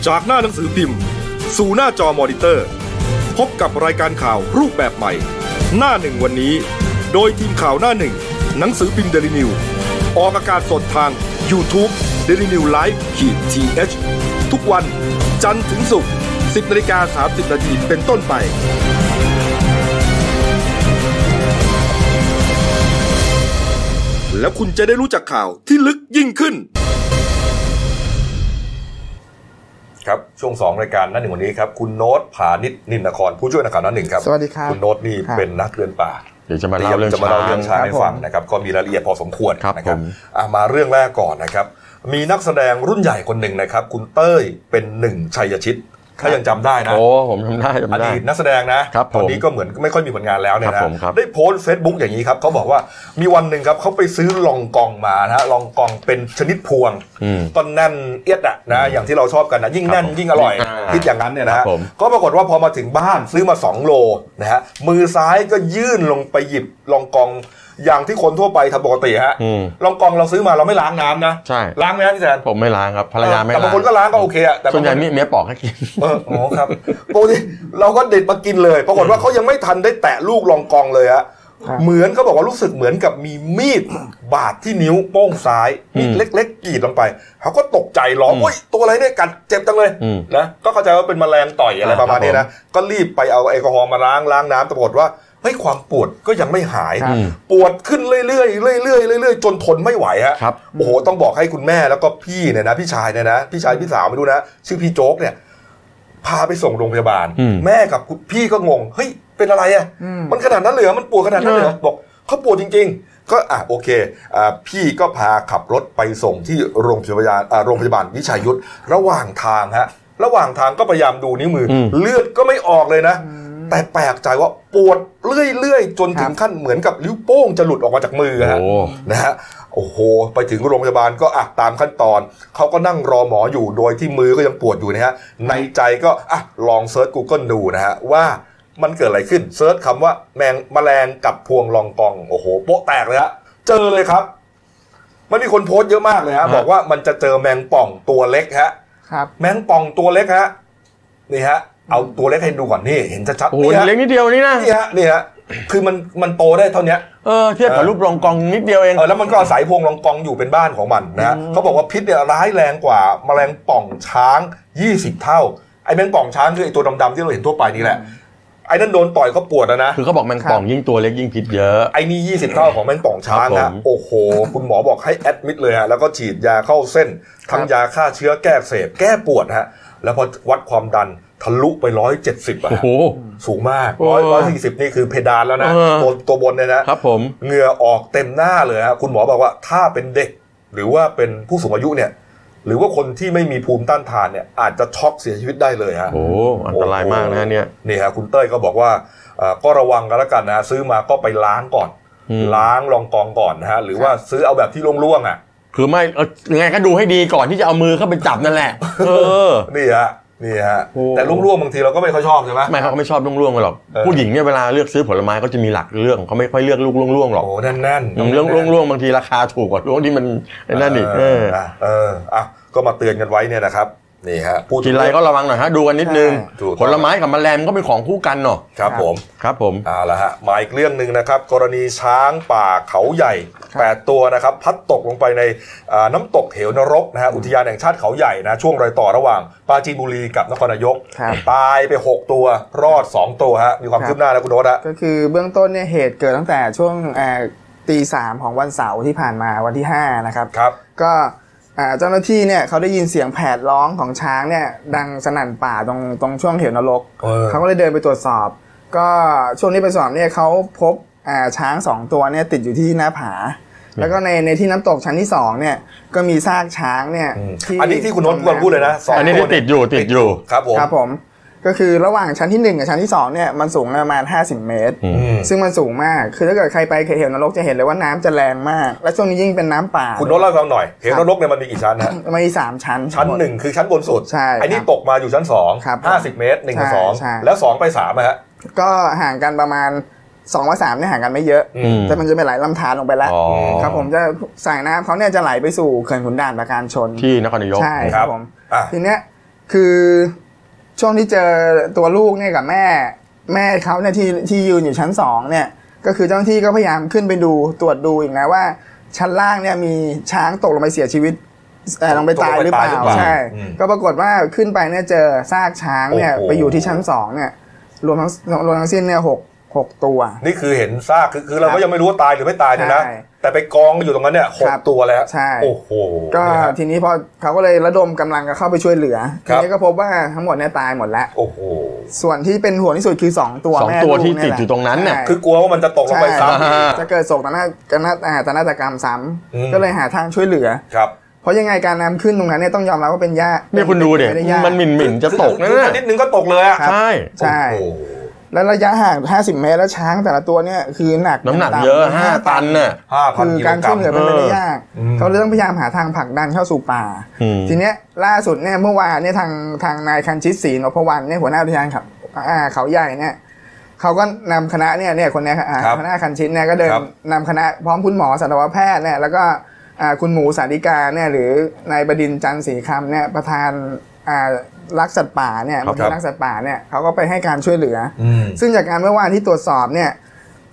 [SPEAKER 5] จากหน้าหนังสือพิมพ์ สู่หน้าจอมอนิเตอร์ พบกับรายการข่าวรูปแบบใหม่ หน้าหนึ่งวันนี้ โดยทีมข่าวหน้าหนึ่ง หนังสือพิมพ์เดลิวิวออกอากาศสดทาง YouTube d e l i n e w l i v e ขีดทีทุกวันจันทร์ถึงศุกร์10นาฬิกา30นาทีเป็นต้นไป แล้วคุณจะได้รู้จักข่าวที่ลึกยิ่งขึ้น
[SPEAKER 1] ครับช่วงสองรายการหนั่นหนึ่งวันนี้ครับคุณโน้ตผานิชนินนครผู้ช่วยนักข่าวหนั่นหนึ่งครับ
[SPEAKER 3] สวัสดีครับ
[SPEAKER 1] คุณโน้ตนี่
[SPEAKER 3] ครับ
[SPEAKER 1] เป็นนักเรือนป่า
[SPEAKER 2] เดี๋ยวจะมาเล่าเรื่อง
[SPEAKER 1] จะมาเล่าเรื่องช้าง
[SPEAKER 2] ช้าง
[SPEAKER 1] ให้ฟังนะครับก็มีรายละเอียดพอสมควร
[SPEAKER 2] ครับ
[SPEAKER 1] นะ
[SPEAKER 2] ผม
[SPEAKER 1] อ่ะมาเรื่องแรกก่อนนะครับ มีนักแสดงรุ่นใหญ่คนหนึ่งนะครับ คุณเต้ยเป็นหนึ่งชัยชิตถ้ายังจำได้นะ
[SPEAKER 2] โอ้ผมทำได้
[SPEAKER 1] อ
[SPEAKER 2] ทำได้
[SPEAKER 1] ดีตนักแสดงนะครับ
[SPEAKER 2] ผม
[SPEAKER 1] ตอนนี้ก็เหมือนไม่ค่อยมีผลงานแล้วเนี่ย
[SPEAKER 2] ครั
[SPEAKER 1] นะ
[SPEAKER 2] บผมครับ
[SPEAKER 1] ได้โพสต์เฟซบุ๊กอย่างนี้ครับเขาบอกว่ามีวันหนึ่งครับเขาไปซื้อลองกองมานะฮะลองกองเป็นชนิดพวง
[SPEAKER 2] อืม
[SPEAKER 1] ต้นแน่นเอียดอะนะอย่างที่เราชอบกันนะยิ่งแน่น
[SPEAKER 2] ครับผม
[SPEAKER 1] ยิ่งอร่อย
[SPEAKER 2] อ่า
[SPEAKER 1] คิดอย่างนั้นเนี่ยนะ
[SPEAKER 2] ครั
[SPEAKER 1] ฮะ
[SPEAKER 2] บผม
[SPEAKER 1] ก็ปรากฏว่าพอมาถึงบ้านซื้อมา 2 โลนะฮะมือซ้ายก็ยื่นลงไปหยิบลองกองอย่างที่คนทั่วไปทำปกติฮะ
[SPEAKER 2] อืม
[SPEAKER 1] ลองกองเราซื้อมาเราไม่ล้างน้ำนะ
[SPEAKER 2] ใช่
[SPEAKER 1] ล้างไหมฮะพี่แซน
[SPEAKER 2] ผมไม่ล้างครับภรรยาไม่
[SPEAKER 1] แต่
[SPEAKER 2] ล้าง
[SPEAKER 1] บางคนก็ล้างก็โอเคอะแต่บางค
[SPEAKER 2] ส่วนใหญ่เมียเมียปอกให้กิน
[SPEAKER 1] เอออ๋อครับปกติเราก็เด็ดมากินเลย ปรากฏว่าเขายังไม่ทันได้แตะลูกลองกองเลยฮะ เหมือนเขาบอกว่ารู้สึกเหมือนกับมีมีด บาดที่นิ้วโป้งซ้ายมีดเล็กๆกรีดลงไป เขาก็ตกใจร้องโอ้ยตัวอะไรเนี่ยกัดเจ็บจังเลย
[SPEAKER 2] อืม
[SPEAKER 1] นะ ก็เข้าใจว่าเป็นแมลงต่อยอะไร
[SPEAKER 2] อ่า
[SPEAKER 1] ประมาณนี้
[SPEAKER 2] ครั
[SPEAKER 1] นะ
[SPEAKER 2] บ
[SPEAKER 1] ก็รีบไปเอาแอลกอฮอล์มาล้างล้างน้ำแต่ปรากฏว่าเฮ้ยความปวดก็ยังไม่หาย
[SPEAKER 2] ครับ
[SPEAKER 1] ปวดขึ้นเรื่อยๆเรื่อยๆเรื่อยๆจนทนไม่ไหวฮะ
[SPEAKER 2] ครับ
[SPEAKER 1] โอ้โหต้องบอกให้คุณแม่แล้วก็พี่เนี่ยนะพี่ชายเนี่ยนะพี่ชายพี่สาวไม่รู้นะชื่อพี่โจ๊กเนี่ย พาไปส่งโรงพยาบาล
[SPEAKER 2] อืม
[SPEAKER 1] แม่กับคุณพี่ก็งง เฮ้ย เป็นอะไรอะ่ะ มันขนาดนั้นเลยเหรอมันปวดขนาดนั้นเลยเหรอบอกเขาปวดจริง ๆ ก็อ่ะโอเคอ่าพี่ก็พาขับรถไปส่งที่โรงพยาบาลอ่าโรงพยาบาลวิชัยยุทธระหว่างทางฮะ ระหว่างทางก็พยายามดูนิ้วมืออ
[SPEAKER 2] ม
[SPEAKER 1] เลือดก็ไม่ออกเลยนะ แต่แปลกใจว่าปวดเรื่อยๆจนถึงขั้นเหมือนกับลิ้วโป้งจะหลุดออกมาจากมือฮะ
[SPEAKER 2] โอ้
[SPEAKER 1] นะฮะโอ้โห ไปถึงโรงพยาบาลก็อ่ะตามขั้นตอน เขาก็นั่งรอหมออยู่โดยที่มือก็ยังปวดอยู่นะฮะ ในใจก็อ่ะลองเซิร์ช Google ดูนะฮะ ว่ามันเกิดอะไรขึ้นเซิร์ชคำว่าแมงแมลงกับพวงลองกอง โอ้โห โป๊ะแตกเลยฮะ เจอเลยครับ มันมีคนโพสต์เยอะมากเลยฮะ
[SPEAKER 2] ฮะ
[SPEAKER 1] บอกว่ามันจะเจอแมงป่องตัวเล็กฮะ
[SPEAKER 3] ครับ
[SPEAKER 1] แมงป่องตัวเล็กฮะ นี่ฮะ เอาตัวเล็กให้ดูก่อนนี่เห็นชัด
[SPEAKER 2] โอ้
[SPEAKER 1] ๆนี่ฮะ
[SPEAKER 2] เล็กนิดเดียวนี่นะ
[SPEAKER 1] นี่ฮะนี่ฮะ คือมันมันโตได้เท่าเนี้ย
[SPEAKER 2] เออเทียบกับรูปรองกองนิดเดียวเอง
[SPEAKER 1] เออแล้วมันก็อาศัยพวงรองกองอยู่เป็นบ้านของมันนะฮะเขาบอกว่าพิษเนี่ยร้ายแรงกว่าแมลงป่องช้าง 20 เท่า ไอ้แมงป่องช้างคือไอ้ตัวดำๆที่เราเห็นทั่วไปนี่แหละ ไอ้นั่นโดนต่อยก็ปวดแล้วนะ
[SPEAKER 2] คือเขาบอกแมงป่องยิ่งตัวเล็กยิ่งพิษเยอะ
[SPEAKER 1] ไอ้นี่20 เท่าของแมงป่องช้าง
[SPEAKER 2] ครั
[SPEAKER 1] นะ
[SPEAKER 2] บผม
[SPEAKER 1] โอ้โห คุณหมอบอกให้แอดมิดเลยฮะแล้วก็ฉีดยาเข้าเส้นทั้งยาฆ่าเชื้อแก้อักเสพแก้ปวดฮะแล้วพอวัดความดันทะลุไป 170อะ
[SPEAKER 2] โอ้
[SPEAKER 1] ฮะ
[SPEAKER 2] โห
[SPEAKER 1] สูงมาก
[SPEAKER 2] โอ้
[SPEAKER 1] ร้อยสี่สิบนี่คือเพดานแล้วนะ
[SPEAKER 2] เออ
[SPEAKER 1] ตัวตัวบนเนี่ยนะ
[SPEAKER 2] ครับผม
[SPEAKER 1] เหงื่อออกเต็มหน้าเลยฮะคุณหมอบอกว่าถ้าเป็นเด็ก หรือว่าเป็นผู้สูงอายุเนี่ย หรือว่าคนที่ไม่มีภูมิต้านทานเนี่ย อาจจะช็อกเสียชีวิตได้เลยฮะ
[SPEAKER 2] โอ้อันตรายมากนะฮะเนี่ย
[SPEAKER 1] นี่ฮะคุณเต้ยก็บอกว่าเอ่อก็ระวังกันแล้วกันนะซื้อมาก็ไปล้างก่อน
[SPEAKER 2] อืม
[SPEAKER 1] ล้างรองกองก่อนนะฮะหรือว่าซื้อเอาแบบที่ร่วงๆอ่ะ
[SPEAKER 2] คือไม่เออยังไงก็ดูให้ดีก่อนที่จะเอามือเข้าไปจับนั่นแหละ เออ
[SPEAKER 1] นี่ฮะนี่ฮะ
[SPEAKER 2] โอ้
[SPEAKER 1] แต่ร่วงๆบางทีเราก็ไม่ค่อยชอบใช่ไหม
[SPEAKER 2] ไม่เขาก็ไม่ชอบร่วงๆกันหรอก
[SPEAKER 1] เออ
[SPEAKER 2] ผู้หญิงเนี่ยเวลาเลือกซื้อผลไม้ก็จะมีหลักเรื่องเขาไม่ค่อยเลือกลูกร่วงๆหรอก
[SPEAKER 1] โอ้แน่นๆ
[SPEAKER 2] เรื่องร่วงๆบางทีราคาถูกกว่าร่วงที่มันไอ้นั่นอีกเออ
[SPEAKER 1] ะเอออ่ะก็มาเตือนกันไว้เนี่ยนะครับนี่ฮะพูด
[SPEAKER 2] กินอะไรก็ระวังหน่อยฮะดูกันนิดนึง
[SPEAKER 3] ใช่
[SPEAKER 2] ผลไม้กับแมลงก็เป็นของคู่กันเนาะ
[SPEAKER 1] ครับผม
[SPEAKER 2] ครับผม
[SPEAKER 1] เอาละฮะมาอีกเรื่องหนึ่งนะครับ กรณีช้างป่าเขาใหญ่ 8 ตัวนะครับ พัดตกลงไปในอ่าน้ำตกเหวนรกนะฮะอุทยานแห่งชาติเขาใหญ่นะ ช่วงรอยต่อระหว่างปราจีนบุรีกับนครนายก
[SPEAKER 3] ครับ
[SPEAKER 1] ตายไป 6 ตัว รอด 2 ตัวฮะมีความ
[SPEAKER 3] ครับ
[SPEAKER 1] คืบหน้านะคุณโนตฮะ
[SPEAKER 3] ก็คือเบื้องต้นเนี่ยเหตุเกิดตั้งแต่ช่วงเอ่อตีสามของวันเสาร์ที่ผ่านมาวันที่ห้านะครับ
[SPEAKER 1] ครับ
[SPEAKER 3] ก็อ่าเจ้าหน้าที่เนี่ยเขาได้ยินเสียงแผดร้องของช้างเนี่ยดังสนั่นป่าตรงตรงช่วงเหวนรก
[SPEAKER 1] เออ
[SPEAKER 3] เขาก็เลยเดินไปตรวจสอบ ก็ช่วงที่ไปสอบเนี่ยเขาพบอ่าช้างสองตัวเนี่ยติดอยู่ที่หน้าผา แล้วก็ในในที่น้ำตกชั้นที่สองเนี่ยก็มีซากช้างเนี่ย
[SPEAKER 1] อันนี้ที่คุณโนตกวนพูดเลยนะสง
[SPEAKER 2] อันนี้
[SPEAKER 1] ตัว
[SPEAKER 2] ที่ติดอยู่ติดอยู่
[SPEAKER 1] ครับผม
[SPEAKER 3] ครับผมก็คือระหว่างชั้นที่หนึ่งกับชั้นที่สองเนี่ยมันสูงประมาณ 50 เมตร
[SPEAKER 2] อื
[SPEAKER 1] อืม
[SPEAKER 3] ซึ่งมันสูงมาก คือถ้าเกิดใครไปเขตเหวนรกจะเห็นเลยว่าน้ำจะแรงมาก และช่วงนี้ยิ่งเป็นน้ำป่า
[SPEAKER 1] คุณโนตเล่าให้ฟังหน่อยเหวนรกเนี่ยมันมีกี่ชั้นฮะ
[SPEAKER 3] มันมีสามชั้น
[SPEAKER 1] ชั้นหนึ่งคือชั้นบนสุด
[SPEAKER 3] ใช่
[SPEAKER 1] ไอ้นี่
[SPEAKER 3] ครับ
[SPEAKER 1] ตกมาอยู่ชั้นสอง
[SPEAKER 3] ครับ
[SPEAKER 1] ห้าสิบเมตรหนึ่งกับ
[SPEAKER 3] ใช่
[SPEAKER 1] สอง
[SPEAKER 3] ใช่
[SPEAKER 1] แล้วสองไปสามอะฮะ
[SPEAKER 3] ก็ห่างกันประมาณ
[SPEAKER 4] สองกับสามเนี่ยห่างกันไม่เยอะ
[SPEAKER 1] อืม
[SPEAKER 4] แต่มันจะไปไหลลำธารลงไปแล้ว
[SPEAKER 2] อ๋อ
[SPEAKER 4] ครับผมจะสายน้ำเขาเนี่ยจะไหลไปสู่เขื่อนขุนด่านประการชน
[SPEAKER 2] ที่นครนายก
[SPEAKER 4] ใช่
[SPEAKER 1] ค
[SPEAKER 4] ค
[SPEAKER 1] รั
[SPEAKER 4] รั
[SPEAKER 1] บบ
[SPEAKER 4] ผม
[SPEAKER 1] อ่ะ
[SPEAKER 4] ทีเนี้ยคือช่วงที่เจอตัวลูกเนี่ยกับแม่ แม่เขาเนี่ยที่ที่ยืนอยู่ชั้นสองเนี่ยก็คือเจ้าหน้าที่ก็พยายามขึ้นไปดูตรวจดูอีกนะว่า ชั้นล่างเนี่ยมีช้างตกลงไปเสียชีวิตเอ่อลงไปตายหรือ
[SPEAKER 1] ตกลงไป
[SPEAKER 4] เป
[SPEAKER 1] ตายหรือ
[SPEAKER 4] ล่า
[SPEAKER 1] เปล่า
[SPEAKER 4] ใช่
[SPEAKER 1] อืม
[SPEAKER 4] ก็ปรากฏว่าขึ้นไปเนี่ยเจอซากช้างเนี่ย
[SPEAKER 1] โอ้โห
[SPEAKER 4] ไปอยู่ที่ชั้นสองเนี่ยรวมทั้งรวมทั้งสิ้นเนี่ยหกหกตัว
[SPEAKER 1] นี่คือเห็นซากคือคือเรา
[SPEAKER 4] ครั
[SPEAKER 1] ก็
[SPEAKER 4] บ
[SPEAKER 1] ยังไม่รู้ว่าตายหรือไม่ตายเนี่ยนะ
[SPEAKER 4] ใช่
[SPEAKER 1] แต่ไปกองอยู่ตรงนั้นเนี่ยหก
[SPEAKER 4] ครับ
[SPEAKER 1] ตัวแล้ว
[SPEAKER 4] ใช่
[SPEAKER 1] โอ้โห
[SPEAKER 4] ก็
[SPEAKER 1] เนี่ยฮะ
[SPEAKER 4] ทีนี้พอเขาก็เลยระดมกำลังกันเข้าไปช่วยเหลือ
[SPEAKER 1] ครั
[SPEAKER 4] ที
[SPEAKER 1] บ
[SPEAKER 4] นี้ก็พบว่าทั้งหมดเนี่ยตายหมดแล้ว
[SPEAKER 1] โอ้โห
[SPEAKER 4] ส่วนที่เป็นห่วงที่สุดคือ 2 ตัว
[SPEAKER 2] สอง
[SPEAKER 4] แม่
[SPEAKER 2] ตัว
[SPEAKER 4] ลูก
[SPEAKER 2] ที่
[SPEAKER 4] เนี่
[SPEAKER 2] ติด
[SPEAKER 4] แหละ
[SPEAKER 2] อยู่ตรงนั้นน่ะ
[SPEAKER 4] ใช่
[SPEAKER 1] คือกลัวว่ามันจะตกลง
[SPEAKER 4] ใช่
[SPEAKER 1] ไปซ้ำ
[SPEAKER 4] จะเกิดโศกนาฏนาฏอ่าตนาฏกรรมซ้
[SPEAKER 1] อืม
[SPEAKER 4] ำก็เลยหาทางช่วยเหลือ
[SPEAKER 1] ครับ
[SPEAKER 4] เพราะยังไงการน้ำขึ้นตรงนั้นเนี่ยต้องยอมรับว่าเป็นยาก
[SPEAKER 2] เนี่ยคุณดูเด็
[SPEAKER 4] ไม่ไยาก
[SPEAKER 2] มันหมิ่นหมิ่นๆจะตกนะ
[SPEAKER 1] คือ
[SPEAKER 2] เนี่ย
[SPEAKER 1] นิดนึงก็ตกเลยอะ
[SPEAKER 2] ใช่
[SPEAKER 4] ใช่
[SPEAKER 1] โอ้โห
[SPEAKER 4] แล้วระยะห่าง 50 เมตรแล้วช้างแต่ละตัวเนี่ยคือหนัก
[SPEAKER 2] น้ำหนัก
[SPEAKER 4] ต่ำ
[SPEAKER 2] เยอะห้า
[SPEAKER 4] 5
[SPEAKER 2] ตันน่ะ
[SPEAKER 1] ห้าพัน
[SPEAKER 4] คือ
[SPEAKER 1] กิ
[SPEAKER 4] การ
[SPEAKER 1] โลกรั
[SPEAKER 4] ช่วย
[SPEAKER 1] ม
[SPEAKER 4] เหลือเป็นไปได้ยาก
[SPEAKER 1] เออ
[SPEAKER 4] เขาเลยต้องพยายามหาทางผลักดันเข้าสู่ป่า
[SPEAKER 2] อืม
[SPEAKER 4] ทีเนี้ยล่าสุดเนี่ยเมื่อวานเนี่ยทางทางนายคันชิตศรีนพวรรณเนี่ยหัวหน้าอุทยานเขาอ่าเขาใหญ่เนี่ยเขาก็นำคณะเนี่ยเนี่ยคนเนี้ยอ่า
[SPEAKER 1] ครับ
[SPEAKER 4] คณะคันชิตเนี่ยก็เดิน
[SPEAKER 1] ครับ
[SPEAKER 4] นำคณะพร้อมคุณหมอสัตวแพทย์เนี่ยแล้วก็อ่าคุณหมูสาธิกาเนี่ยหรือนายบดินทร์จันทร์ศรีคำเนี่ยประธานอ่ารักสัตว์ป่าเนี่ย
[SPEAKER 1] ครับ
[SPEAKER 4] ประธา
[SPEAKER 1] ค
[SPEAKER 4] น
[SPEAKER 1] รับ
[SPEAKER 4] รักสัตว์ป่าเนี่ยเขาก็ไปให้การช่วยเหลือ
[SPEAKER 1] อืม
[SPEAKER 4] ซึ่งจากการเมื่อวานที่ตรวจสอบเนี่ย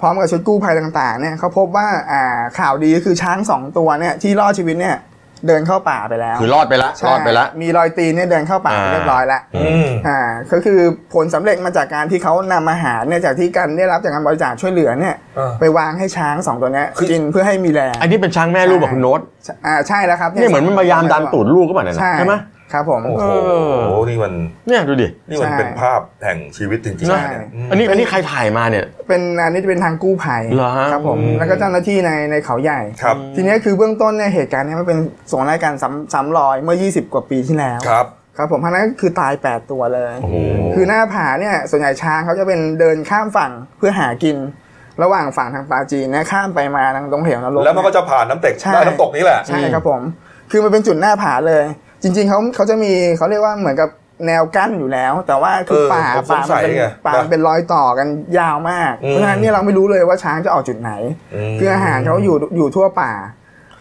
[SPEAKER 4] พร้อมกับชุดกู้ภัยต่างๆเนี่ยเขาพบว่าอ่าข่าวดีก็คือช้างสองตัวเนี่ยที่รอดชีวิตเนี่ยเดินเข้าป่าไปแล้ว
[SPEAKER 2] คือรอดไปละ
[SPEAKER 4] ใช่
[SPEAKER 2] รอดไปละ
[SPEAKER 4] มีรอยตีนเนี่ยเดินเข้าป่า
[SPEAKER 2] อ่า
[SPEAKER 4] เรียบร้อยแล้ว
[SPEAKER 1] อืม
[SPEAKER 4] อ่าก็คือผลสำเร็จมาจากการที่เขานำอาหารเนี่ยจากที่กันได้รับจากการบริจาคช่วยเหลือเนี่ย
[SPEAKER 1] อ่า
[SPEAKER 4] ไปวางให้ช้างสองตัวเนี้ย
[SPEAKER 1] คือ
[SPEAKER 4] กินเพื่อให้มีแรง
[SPEAKER 2] อันนี้เป็นช้างแม่ลูกกับคุณโน้ต
[SPEAKER 4] อ่าใช่แล้วครับ
[SPEAKER 2] เนี่ยเหมือนมันพยายามดันตูดลูกก็แบบนั้นน่ะ
[SPEAKER 4] ใช่
[SPEAKER 2] ใช่ไหม
[SPEAKER 4] ครับผม
[SPEAKER 1] โอ้โห
[SPEAKER 2] เออ
[SPEAKER 1] นี่มัน
[SPEAKER 2] เนี่ยดูดิ
[SPEAKER 1] นี่มัน
[SPEAKER 4] ใช่
[SPEAKER 1] เป็นภาพแห่งชีวิตจริงๆ
[SPEAKER 4] ใช่
[SPEAKER 1] นะเนี่ยม
[SPEAKER 2] อันนี้อันนี้ใครถ่ายมาเนี่ย
[SPEAKER 4] เป็นอันนี้จะเป็นทางกู้ภัย
[SPEAKER 2] เหรอฮะ
[SPEAKER 4] ครับผม
[SPEAKER 1] อืม
[SPEAKER 4] แล้วก็เจ้าหน้าที่ในในเขาใหญ่
[SPEAKER 1] ครับ
[SPEAKER 4] ทีเนี้ยคือเบื้องต้นเนี่ยเหตุการณ์เนี้มันเป็นสงครามการณ์ซ้ำซ้ำรอยเมื่อ 20 กว่าปีที่แล้ว
[SPEAKER 1] ครับ
[SPEAKER 4] ครับผมเพราะฉะนั้นคือตาย 8 ตัวเลย
[SPEAKER 2] โอ้โห
[SPEAKER 4] คือหน้าผาเนี่ยส่วนใหญ่ช้างเขาจะเป็นเดินข้ามฝั่งเพื่อหากิน ระหว่างฝั่งทางปาจีนเนยข้ามไปมาทางตรงเหวนรก
[SPEAKER 1] แล้วมันก็จะผ่านน้ำตก
[SPEAKER 4] ใช่
[SPEAKER 1] น้ำตกนี้แหละ
[SPEAKER 4] ใช่ครับผม คือมันเป็นจุดหน้าผาเลย จริง ๆเขาเขาจะมีเขาเรียกว่าเหมือนกับแนวกั้นอยู่แล้ว แต่ว่าคือ
[SPEAKER 1] เออ
[SPEAKER 4] ป่า
[SPEAKER 1] ผมสง
[SPEAKER 4] ป่า
[SPEAKER 1] สั
[SPEAKER 4] มั
[SPEAKER 1] ย
[SPEAKER 4] เป็น
[SPEAKER 1] ไง
[SPEAKER 4] ป่ามันเป็นรอยต่อกันยาวมาก
[SPEAKER 1] อืม
[SPEAKER 4] เพราะฉะนั้นเนี่ยเราไม่รู้เลยว่าช้างจะออกจุดไหน
[SPEAKER 1] ม
[SPEAKER 4] คืออาหารเขาอยู่อยู่ทั่วป่า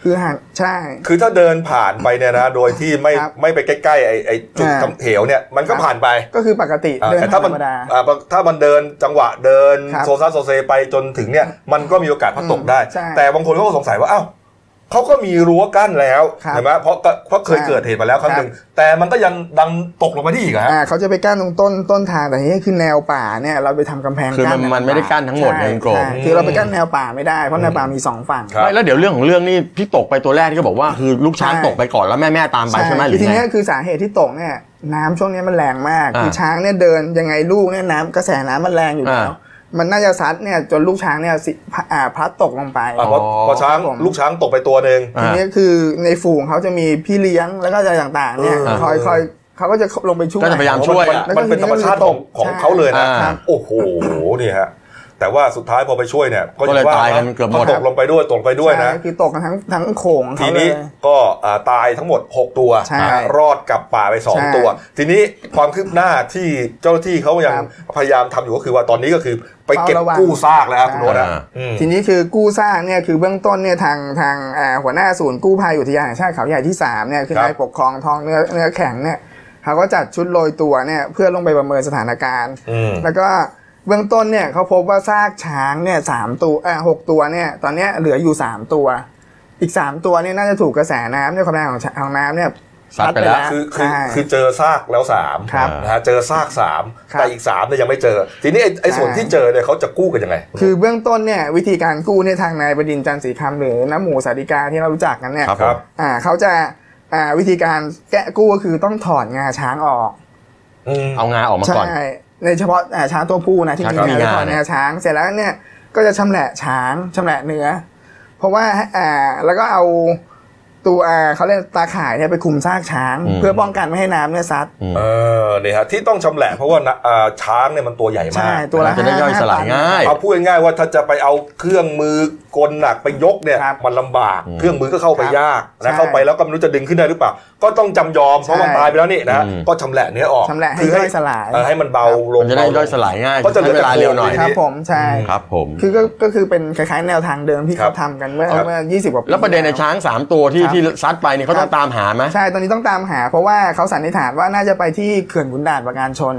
[SPEAKER 4] คืออาหารใช่
[SPEAKER 1] คือถ้าเดินผ่านไปเนี่ยนะโดยที่ไม่
[SPEAKER 4] ครับ
[SPEAKER 1] ไม่ไปใกล้ๆไอ้ไอ้จุด
[SPEAKER 4] อ่า
[SPEAKER 1] ทำเหวเนี่ยมันก็ผ่านไป
[SPEAKER 4] ก็คือปกติ
[SPEAKER 1] อ่า
[SPEAKER 4] เดิน
[SPEAKER 1] แต่
[SPEAKER 4] ธ
[SPEAKER 1] ถ้าร มัน
[SPEAKER 4] รมดา
[SPEAKER 1] อ่าถ้ามันเดินจังหวะเดิน
[SPEAKER 4] ครับ
[SPEAKER 1] โซซัสโซเซไปจนถึงเนี่ยมันก็มีโอกาสพลัดตกได้
[SPEAKER 4] ใช่
[SPEAKER 1] แต่บางคนเขาก็สงสัยว่าอ้าวเขาก็มีรั้วกั้นแล้ว
[SPEAKER 4] ครับ
[SPEAKER 1] เห็นไหมเพราะก็เพราะเคย
[SPEAKER 4] ใช่
[SPEAKER 1] เกิดเหตุมาแล้วครั้งหนึ่ง
[SPEAKER 4] ครับ
[SPEAKER 1] แต่มันก็ยังดังตกลงมาที่อีกเหรอฮะ
[SPEAKER 4] อ่าเขาจะไปกั้นตรงต้นต้นทางแต่ทีนี่คือแนวป่าเนี่ยเราไปทำกำแพง
[SPEAKER 2] คือมัน
[SPEAKER 4] กั้น
[SPEAKER 2] มันไม่ได้กั้นทั้งหมด
[SPEAKER 4] ใช่
[SPEAKER 2] ในกรม
[SPEAKER 4] ใช่คือเราไปกั้นแนวป่าไม่ได้เพราะแนวป่ามีสองฝั่ง
[SPEAKER 1] ครับ
[SPEAKER 2] ไม่แล้วเดี๋ยวเรื่องของเรื่องนี่ที่ตกไปตัวแรกที่เขาบอกว่าคือลูกช้างตกไปก่อนแล้วแม่แม่ตามไปใช่ไหมหรื
[SPEAKER 4] คือ
[SPEAKER 2] อ
[SPEAKER 4] ที
[SPEAKER 2] ไง
[SPEAKER 4] เนี้ยคือสาเหตุที่ตกเนี่ยน้ำช่วงเนี้ยมันแรงมาก
[SPEAKER 2] อ่า
[SPEAKER 4] คือช้างเนี่ยเดินยังไงลูกเนี่ยน้ำกระแสน้ำมันแรงอยู่แล้ว
[SPEAKER 2] อ่า
[SPEAKER 4] มันน่าจะซัดเนี่ยจนลูกช้างเนี่ยสิอ่าพลัดตกลงไป
[SPEAKER 1] อ่ะเพราะ
[SPEAKER 2] อ๋อ
[SPEAKER 1] เพราะช้าง
[SPEAKER 4] ครับผม
[SPEAKER 1] ลูกช้างตกไปตัวหนึ่ง
[SPEAKER 2] อ่า
[SPEAKER 4] ทีเนี้ยคือในฝูงเขาจะมีพี่เลี้ยงแล้วก็อะไรต่างๆเนี่ย
[SPEAKER 1] เออ
[SPEAKER 4] คอยคอยเขาก็จะลงไปช่วย
[SPEAKER 2] ก็จะพยายามช่วยอ่ะ
[SPEAKER 1] มันเป็นธรรมชาติของของ
[SPEAKER 4] ใช่
[SPEAKER 1] เขาเลยนะ
[SPEAKER 2] อ่า
[SPEAKER 1] โอ้โหนี่ฮะ แต่ว่าสุดท้ายพอไปช่วยเนี่ย
[SPEAKER 2] ก็เลย
[SPEAKER 1] ว่
[SPEAKER 2] ตายกันเกือบหมด
[SPEAKER 1] ตกลงไปด้วยตกไปด้วยนะ
[SPEAKER 4] ใช่คือตกกันทั้งทั้งโขง
[SPEAKER 1] ที
[SPEAKER 4] เขาเล
[SPEAKER 1] นี้
[SPEAKER 4] ย
[SPEAKER 1] ก็อ่าตายทั้งหมด 6 ตัว
[SPEAKER 4] ใช่
[SPEAKER 1] อ่ารอดกลับป่าไป
[SPEAKER 4] ใช่
[SPEAKER 1] 2 ตัว ทีนี้ความคืบหน้าที่เจ้าหน้าที่เขายัง
[SPEAKER 4] ครับ
[SPEAKER 1] พยายามทำอยู่ก็คือว่าตอนนี้ก็คือไปเก็บ
[SPEAKER 4] เฝ้าระวัง
[SPEAKER 1] กู้ซากแล้วครับคุณโรสนะ
[SPEAKER 2] อ่า
[SPEAKER 1] อืม
[SPEAKER 4] ทีนี้คือกู้ซากเนี่ยคือเบื้องต้นเนี่ยทางทางอ่าหัวหน้าศูนย์กู้ภัยอุทยานแห่งชาติเขาใหญ่ที่3เนี่ยคือ
[SPEAKER 1] ครับ
[SPEAKER 4] นายปกครองทองเนื้อเนื้อแข็งเนี่ยเขาก็จัดชุดโรยตัวเนี่ยเพื่อลงไปประเมินสถานการณ์
[SPEAKER 1] อืม
[SPEAKER 4] แล้วก็เบื้องต้นเนี่ยเขาพบว่าซากช้างเนี่ยสามตัวเอ่อหกตัวเนี่ยตอนเนี้ยเหลืออยู่สามตัว อีกสามตัวเนี่ยน่าจะถูกกระแสน้ำเนี่ยความแรงของช้างของน้ำเนี่ย
[SPEAKER 2] ซัดไปแล้ว
[SPEAKER 4] ซัดไปแล้ว
[SPEAKER 1] คือคือ
[SPEAKER 4] ใช่
[SPEAKER 1] คือเจอซากแล้วสาม
[SPEAKER 4] ครับ
[SPEAKER 1] นะฮะเจอซากสาม
[SPEAKER 4] ครับ
[SPEAKER 1] แต่อีกสามเนี่ยยังไม่เจอ ทีนี้ไอ้ไอ้ส่วน
[SPEAKER 4] ใช่
[SPEAKER 1] ที่เจอเนี่ยเขาจะกู้กันยังไง
[SPEAKER 4] คือเบื้องต้นเนี่ยวิธีการกู้เนี่ยทางนายประดินจันทร์ศรีคำหรือน้ำหมูสาธิกาที่เรารู้จักกันเนี่ย
[SPEAKER 2] ครับ
[SPEAKER 1] ครับ
[SPEAKER 4] อ่าเขาจะอ่าวิธีการแกะกู้ก็คือต้องถอดงาช้างออก
[SPEAKER 1] อืม
[SPEAKER 2] เอางาออกมาก่อน
[SPEAKER 4] ใช่ในเฉพาะอ่าช้างตัวผู้นะที่
[SPEAKER 2] ช้าง
[SPEAKER 4] มี
[SPEAKER 2] ที่
[SPEAKER 4] งาง
[SPEAKER 2] มีา
[SPEAKER 4] ถอด
[SPEAKER 2] เนี่ย
[SPEAKER 4] งาช้างเสร็จแล้วเนี่ยก็จะชำแหละช้างชำแหละเนื้อ เพราะว่าอ่าแล้วก็เอา ตัวอ่าเขาเรียกตาข่ายเนี่ยไปคลุมซากช้าง
[SPEAKER 2] อืม
[SPEAKER 4] เพื่อป้องกันไม่ให้น้ำเนี่ยซัด
[SPEAKER 1] เออเนี่ยฮะที่ต้องชำแหละเพราะว่าน่ะอ่าช้างเนี่ยมันตัวใหญ่
[SPEAKER 4] ใช่
[SPEAKER 1] มาก
[SPEAKER 4] ตัวละ
[SPEAKER 2] จะได้ย่อยสลาย
[SPEAKER 4] ตัน
[SPEAKER 2] ง่าย
[SPEAKER 1] เอาพูดง่ายๆว่าถ้าจะไปเอาเครื่องมือกลหนักไปยกเนี่ย
[SPEAKER 4] ครับ
[SPEAKER 1] มันลำบาก
[SPEAKER 2] อืม
[SPEAKER 1] เครื่องมือก็เข้าไปยาก
[SPEAKER 4] ใช่
[SPEAKER 1] นะเข้าไปแล้วก็ไม่รู้จะดึงขึ้นได้หรือเปล่า ก็ต้องจำยอมเพราะมัน
[SPEAKER 4] ใช่
[SPEAKER 1] ตายไปแล้วนี่นะ
[SPEAKER 2] อืม
[SPEAKER 1] ก็ชำแหละเนื้อออก
[SPEAKER 4] ชำแหละให้
[SPEAKER 1] คื
[SPEAKER 4] ย่อยสลาย
[SPEAKER 1] เออให้มันเบาลง
[SPEAKER 2] มันจะได้
[SPEAKER 1] เบาลง
[SPEAKER 2] ย่อยสลายง่าย
[SPEAKER 1] ก็จะเหลือ
[SPEAKER 2] ใช้เวลา
[SPEAKER 1] แต่โครง
[SPEAKER 2] เร็วหน่อย
[SPEAKER 4] ครับผมใช่
[SPEAKER 2] ครับผม
[SPEAKER 4] คือก็ก็คือเป็นคล้ายๆแนวทางเดิมที่
[SPEAKER 1] ครั
[SPEAKER 4] เขา
[SPEAKER 1] บ
[SPEAKER 4] ทำกันเมื่อ
[SPEAKER 1] ครับ
[SPEAKER 4] เมื่อ 20 กว่าปี
[SPEAKER 2] แล้วประเด็นใน
[SPEAKER 4] ที่
[SPEAKER 2] ช้างสามตัวที่
[SPEAKER 4] ครับ
[SPEAKER 2] ที่ซัดไปเนี่ยเขาต้องตามหาไหม
[SPEAKER 4] ใช่ ตอนนี้ต้องตามหา เพราะว่าเขาสันนิษฐานว่าน่าจะไปที่เขื่อนขุนด่านประการชน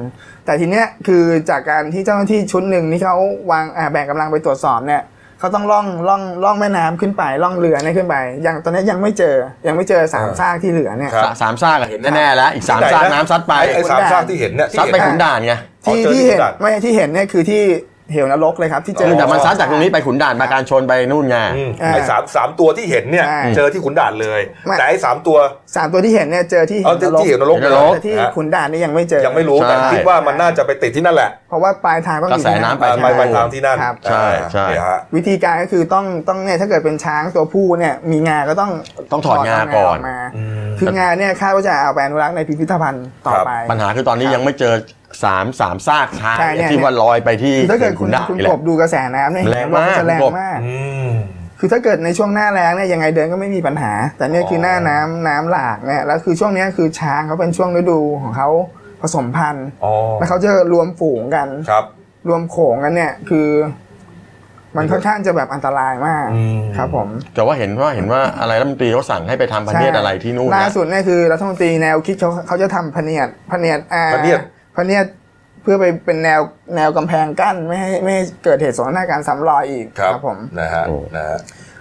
[SPEAKER 4] แต่ทีเนี้ยคือจากการที่เจ้าหน้าที่ชุดหนึ่งที่เขาวางอ่าแบ่งกำลังไปตรวจสอบเนี่ยเขาต้องล่องล่องล่องแม่น้ำขึ้นไปล่องเรือเนี่ยขึ้นไปยังตอนนี้ยังไม่เจอ ยังไม่เจอสาม
[SPEAKER 1] อ่า
[SPEAKER 4] ซากที่เหลือเนี่ย
[SPEAKER 1] ครับ
[SPEAKER 2] สะสามซากอะเห็นแน่ๆแล้ว อีกสามซากน้ำซัดไป
[SPEAKER 1] ไอ้สามซากที่เห็นเนี่ยที่
[SPEAKER 2] ซัด
[SPEAKER 1] เห็น
[SPEAKER 2] ไปขุนด่านไง
[SPEAKER 1] อ๋อเจอ
[SPEAKER 4] ที่
[SPEAKER 1] ที่
[SPEAKER 4] ที่เห็น
[SPEAKER 1] ขุนด่าน
[SPEAKER 4] ไม่ที่เห็นเนี่ยคือที่เหวนรกเลยครับ ที่เจ
[SPEAKER 2] คือ
[SPEAKER 4] อ
[SPEAKER 2] แต่มันซัดจากตรงนี้ไปขุนด่านมาการชนไปนู่นไง
[SPEAKER 1] อืม
[SPEAKER 4] อ่า
[SPEAKER 1] ไอ้สามสามตัวที่เห็นเนี่ย
[SPEAKER 4] ใช่
[SPEAKER 1] เจอที่ขุนด่านเลย
[SPEAKER 4] ไม่
[SPEAKER 1] แต่ไอ้สามตัว
[SPEAKER 4] สามตัวที่เห็นเนี่ยเจอที่
[SPEAKER 1] เออที่ที่เห็นนรก
[SPEAKER 2] เห็นนรก
[SPEAKER 4] แต่ที่
[SPEAKER 1] นะฮะ
[SPEAKER 4] ขุนด่านเนี่ยยังไม่เจอ
[SPEAKER 1] ยังไม่รู้แต่
[SPEAKER 2] ใช่
[SPEAKER 1] คิดว่ามันน่าจะไปติดที่นั่นแหละ
[SPEAKER 4] เพราะว่าปลายทางต้องอยู่ที่
[SPEAKER 2] กระแสน้ำ
[SPEAKER 1] ไปไป
[SPEAKER 2] ไป
[SPEAKER 1] ทางที่นั่น
[SPEAKER 4] ครับ
[SPEAKER 2] ใช่
[SPEAKER 1] อ่า
[SPEAKER 2] ใช่
[SPEAKER 1] เนี่ยฮะ
[SPEAKER 4] วิธีการก็คือต้องต้องเนี่ยถ้าเกิดเป็นช้างตัวผู้เนี่ยมีงาก็ต้อง
[SPEAKER 2] ต้องถอดงา
[SPEAKER 4] เ
[SPEAKER 2] ก่อน
[SPEAKER 4] มา คืองาเนี่ยคาดว่าจะเอาไปอนุรักษ์ในพิพิธภัณฑ์ต่อไป
[SPEAKER 2] ปัญหาคือตอนนี้ยังไม่เจอสามสามซากช้าง
[SPEAKER 4] ใช่เนี่ย
[SPEAKER 2] ที่ว่าลอยไปที่
[SPEAKER 4] คือถ้าเกิดคุ
[SPEAKER 2] ขุ
[SPEAKER 4] ณ
[SPEAKER 2] นด่าน
[SPEAKER 4] คุณ
[SPEAKER 2] นี่แห
[SPEAKER 4] ก
[SPEAKER 2] ละ
[SPEAKER 4] บดูกระแสน้ำเนี่ย
[SPEAKER 2] แรงมาก
[SPEAKER 4] เห็นว่จะแรง
[SPEAKER 2] คุณกบ
[SPEAKER 4] มาก
[SPEAKER 1] อืม
[SPEAKER 4] คือถ้าเกิดในช่วงหน้าแรงเนี่ยยังไงเดินก็ไม่มีปัญหา แต่เนี่ยคือหน้าน้ำน้ำหลากเนี่ยแล้วคือช่วงเนี้ยคือช้างเขาเป็นช่วงฤดูของเขาผสมพันธุ์
[SPEAKER 1] อ๋อ
[SPEAKER 4] แล้วเขาจะรวมฝูงกัน
[SPEAKER 1] ครับ
[SPEAKER 4] รวมโขงกันเนี่ยคือ มันค่อนข้างจะแบบอันตรายมาก
[SPEAKER 1] อืม
[SPEAKER 4] ครับผม
[SPEAKER 2] แต่ว่าเห็นว่าเห็นว่าอะไรรัฐมนตรีเขาสั่งให้ไปทำพันเนียดอะไรที่นู่น
[SPEAKER 4] ล่า
[SPEAKER 2] นะ
[SPEAKER 4] สุดเนี่ยคือรัฐมนตรีแนวคิดเขาเขาจะทำพะเนียดพะเนียดอ่า
[SPEAKER 1] พะเนียด
[SPEAKER 4] พะเนียดเพื่อไปเป็นแนวแนวกำแพงกั้นไม่ให้ไม่ให้เกิดเหตุสงครามการณ์ซ้ำรอยอีก
[SPEAKER 1] ครับ
[SPEAKER 4] ผม
[SPEAKER 1] นะฮะ
[SPEAKER 2] โอ้
[SPEAKER 1] นะฮะ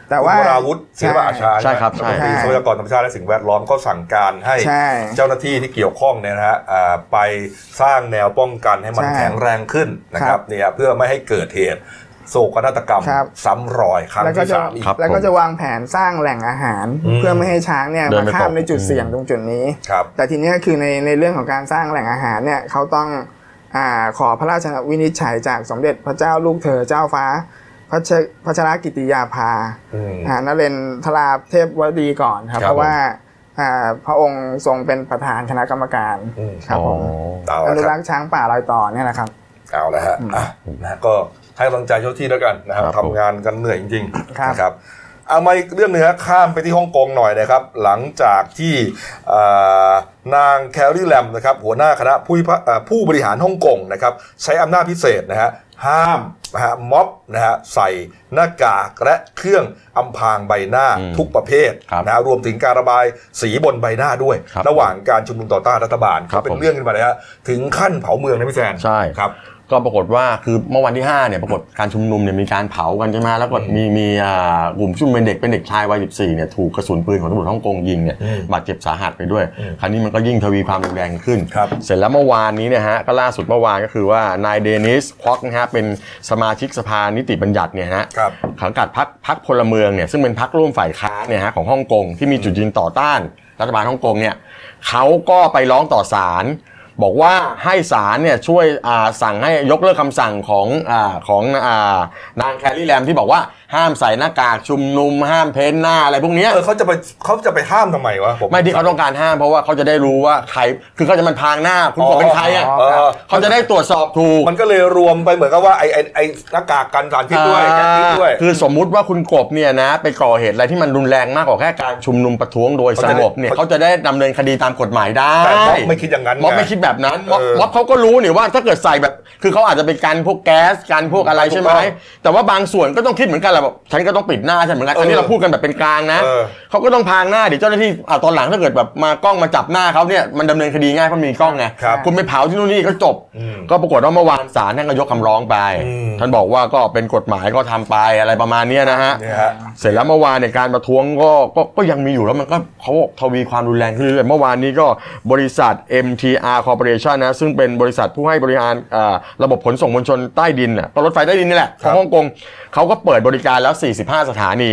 [SPEAKER 4] แต่ว่า
[SPEAKER 1] คุณวราวุธศิลปะอาชา
[SPEAKER 2] ใช่ครับใช่
[SPEAKER 1] รัฐมนตรีทรัพยากรธรรมชาติและสิ่งแวดล้อมก็สั่งการให้
[SPEAKER 4] ใช่
[SPEAKER 1] เจ้าหน้าที่ที่เกี่ยวข้องเนี่ยนะฮะอ่าไปสร้างแนวป้องกันให้มัน
[SPEAKER 4] ใช่
[SPEAKER 1] แข็งแรงขึ้นนะค
[SPEAKER 4] ครั
[SPEAKER 1] รับบ เนี่ยเพื่อไม่ให้เกิดเหตุโศกนาฏกรรม
[SPEAKER 4] ครับ
[SPEAKER 1] ซ้ำรอยครั้ง
[SPEAKER 4] แล้วก็
[SPEAKER 1] ที่
[SPEAKER 4] จะ
[SPEAKER 1] สามอีก
[SPEAKER 2] ครับ
[SPEAKER 4] แล้ว
[SPEAKER 2] ผ
[SPEAKER 4] ก็
[SPEAKER 2] ม
[SPEAKER 4] จะวางแผนสร้างแหล่งอาหาร
[SPEAKER 1] อืม
[SPEAKER 4] เพื่อไม่ให้ช้างเนี่ย
[SPEAKER 2] เดิน
[SPEAKER 4] มา
[SPEAKER 2] ไป
[SPEAKER 4] ข้าม
[SPEAKER 2] ตก
[SPEAKER 4] ในจุดเสี่ยงตรงจุดนี้
[SPEAKER 1] ครับ
[SPEAKER 4] แต่ทีเนี้ยคือในในเรื่องของการสร้างแหล่งอาหารเนี่ยเขาต้องอ่าขอพระราชวินิจฉัยจากสมเด็จพระเจ้าลูกเธอเจ้าฟ้า พระเชพระชรกิติยาภา
[SPEAKER 1] อืม
[SPEAKER 4] อ่านเรนทราเทพวดีก่อนครับ
[SPEAKER 2] ครับ
[SPEAKER 4] เพราะว่าอ่าพระองค์ทรงเป็นประธานคณะกรรมการ
[SPEAKER 1] อืม
[SPEAKER 4] ครับผม
[SPEAKER 2] อ๋อ
[SPEAKER 1] เอา
[SPEAKER 4] อ
[SPEAKER 1] ละ
[SPEAKER 4] นุ
[SPEAKER 1] ค
[SPEAKER 4] รั
[SPEAKER 1] รับ
[SPEAKER 4] กษ์ช้างป่าลอยต่อเนี่ยแหละครับ
[SPEAKER 1] เอาละฮะอ่ะนะฮะก็ให้กำลังใจเจ้าหน้าที่แล้วกันนะครับ
[SPEAKER 2] ครับผม
[SPEAKER 1] ทำงานกันเหนื่อยจริงๆ
[SPEAKER 4] ครับ
[SPEAKER 1] นะครับ เอามาอีกเรื่องหนึงฮะข้ามไปที่ฮ่องกงหน่อยนะครับ หลังจากที่เอ่อนางแคลรี่แลมนะครับหัวหน้าคณะผู้พิพาเอ่อผู้บริหารฮ่องกงนะครับใช้อำนาจพิเศษนะฮะห้ามนะฮะม็อบนะฮะใส่หน้ากากและเครื่องอำพรางใบหน้า
[SPEAKER 2] อืม
[SPEAKER 1] ทุกประเภท
[SPEAKER 2] ครับ
[SPEAKER 1] นะฮะรวมถึงการระบายสีบนใบหน้าด้วย
[SPEAKER 2] ครับ
[SPEAKER 1] ระหว่างการชุมนุมต่อต้านรัฐบาล
[SPEAKER 2] ครับ
[SPEAKER 1] ก็เป็
[SPEAKER 2] ผ
[SPEAKER 1] น
[SPEAKER 2] ม
[SPEAKER 1] เรื่องขึ้นมาเลยฮะถึงขั้นเผาเมืองนะพี่แซน
[SPEAKER 2] ใช่
[SPEAKER 1] ครับ
[SPEAKER 2] ก็ปรากฏว่าคือเมื่อวันที่5เนี่ยปรากฏการชุมนุมเนี่ยมีการเผากันใช่ไหมแล้วก็มีมีอ่ากลุ่มผู้ชุมนุมเป็นเด็กเป็นเด็กชายวัย14เนี่ยถูกกระสุนปืนของตำรวจฮ่องกงยิงเนี่ย
[SPEAKER 1] อืม
[SPEAKER 2] บาดเจ็บสาหัสไปด้วย
[SPEAKER 1] อืม
[SPEAKER 2] คราวนี้มันก็ยิ่งทวีความรุนแรงขึ้น
[SPEAKER 1] ครับ
[SPEAKER 2] เสร็จแล้วเมื่อวานนี้เนี่ยฮะก็ล่าสุดเมื่อวานก็คือว่านายเดนิสคอกนะฮะเป็นสมาชิกสภานิติบัญญัติเนี่ยฮะ
[SPEAKER 1] ครับ
[SPEAKER 2] สังกัดพรรคพรรคพลเมืองเนี่ยซึ่งเป็นพรรคร่วมฝ่ายค้านเนี่ยฮะของฮ่องกงที่มีจุดยืนต่อต้านรัฐบาลฮ่องกงเนี่ยเขาก็ไปร้องต่อศาล บอกว่าให้ศาลเนี่ยช่วยอ่าสั่งให้ยกเลิกคำสั่งของอาของอานางแคลรี่แลมที่บอกว่าห้ามใส่หน้ากากชุมนุม ห้ามเพ้นหน้าอะไรพวกเนี้ย
[SPEAKER 1] เออเขาจะไปเขาจะไปห้ามทำไมวะผม
[SPEAKER 2] ไม่ที่เขาต้องการห้ามเพราะว่าเขาจะได้รู้ว่าใครคือเขาจะมันพรางหน้า คุณ
[SPEAKER 1] อ๋อ
[SPEAKER 2] บอกเป็นใครอ่ะ
[SPEAKER 1] เออ
[SPEAKER 2] เขาจะได้ตรวจสอบถูก
[SPEAKER 1] มันก็เลยรวมไปเหมือนกับว่าไอ้ไอ้ไอ้หน้ากากกันสารพิษด้วยแก๊สพิษด้วย
[SPEAKER 2] อ่าคือสมมุติว่าคุณกบเนี่ยนะไปก่อเหตุอะไรที่มันรุนแรงมากกว่าแค่การชุมนุมประท้วงโดยสงบเนี่ยเขาจะได้ดำเนินคดีตามกฎหมายได้
[SPEAKER 1] แต่ม็อบไม่คิดอย่างนั้น
[SPEAKER 2] ม็อบ
[SPEAKER 1] ไง
[SPEAKER 2] ไม่คิดแบบนั้นม็อบ
[SPEAKER 1] เออ
[SPEAKER 2] ม็อบเขาก็รู้นี่ว่าถ้าเกิดใส่แบบ คือเขาอาจจะเป็นการพวกแก๊สการพวกอะไรใช่ไหม
[SPEAKER 1] ถูกต้อง
[SPEAKER 2] แต่ว่าบางส่วนก็ต้องคิดเหมือนกันแหละแบบฉันก็ต้องปิดหน้าฉันเหมือนกันอันนี้
[SPEAKER 1] เออ
[SPEAKER 2] เราพูดกันแบบเป็นกลางนะ
[SPEAKER 1] เออ
[SPEAKER 2] เขาก็ต้องพรางหน้าเดี๋ยวเจ้าหน้าที่อ่ะตอนหลังถ้าเกิดแบบมากล้องมาจับหน้าเขาเนี่ยมันดำเนินคดีง่ายเพราะมีกล้องไง
[SPEAKER 1] ครับ
[SPEAKER 2] คุณไปเผาที่นู่นนี่ก็จบ
[SPEAKER 1] อืม
[SPEAKER 2] ก็ปรากฏว่าเมื่อวานศาลท่านก็ยกคำร้องไป
[SPEAKER 1] อืม
[SPEAKER 2] ท่านบอกว่าก็เป็นกฎหมายก็ทำไปอะไรประมาณเนี้ยนะฮะ
[SPEAKER 1] เนี่ยฮะ
[SPEAKER 2] เสร็จแล้วเมื่อวานเนี่ยการประท้วงก็ก็ก็ยังมีอยู่แล้วมันก็เขาบอกทวีความรุนแรงขึ้นเรื่อยๆเมื่อวานนี้ก็บริษัท MTR Corporation นะซึ่งเป็นบริษัทผู้ให้บริการอ่าระบบขนส่งมวลชนใต้ดินน่ะก็รถไฟใต้ดินนี่แหละ
[SPEAKER 1] ค
[SPEAKER 2] ข
[SPEAKER 1] รั
[SPEAKER 2] อง
[SPEAKER 1] บ
[SPEAKER 2] ฮ่องกงเขาก็เปิดบริการแล้ว 45 สถานี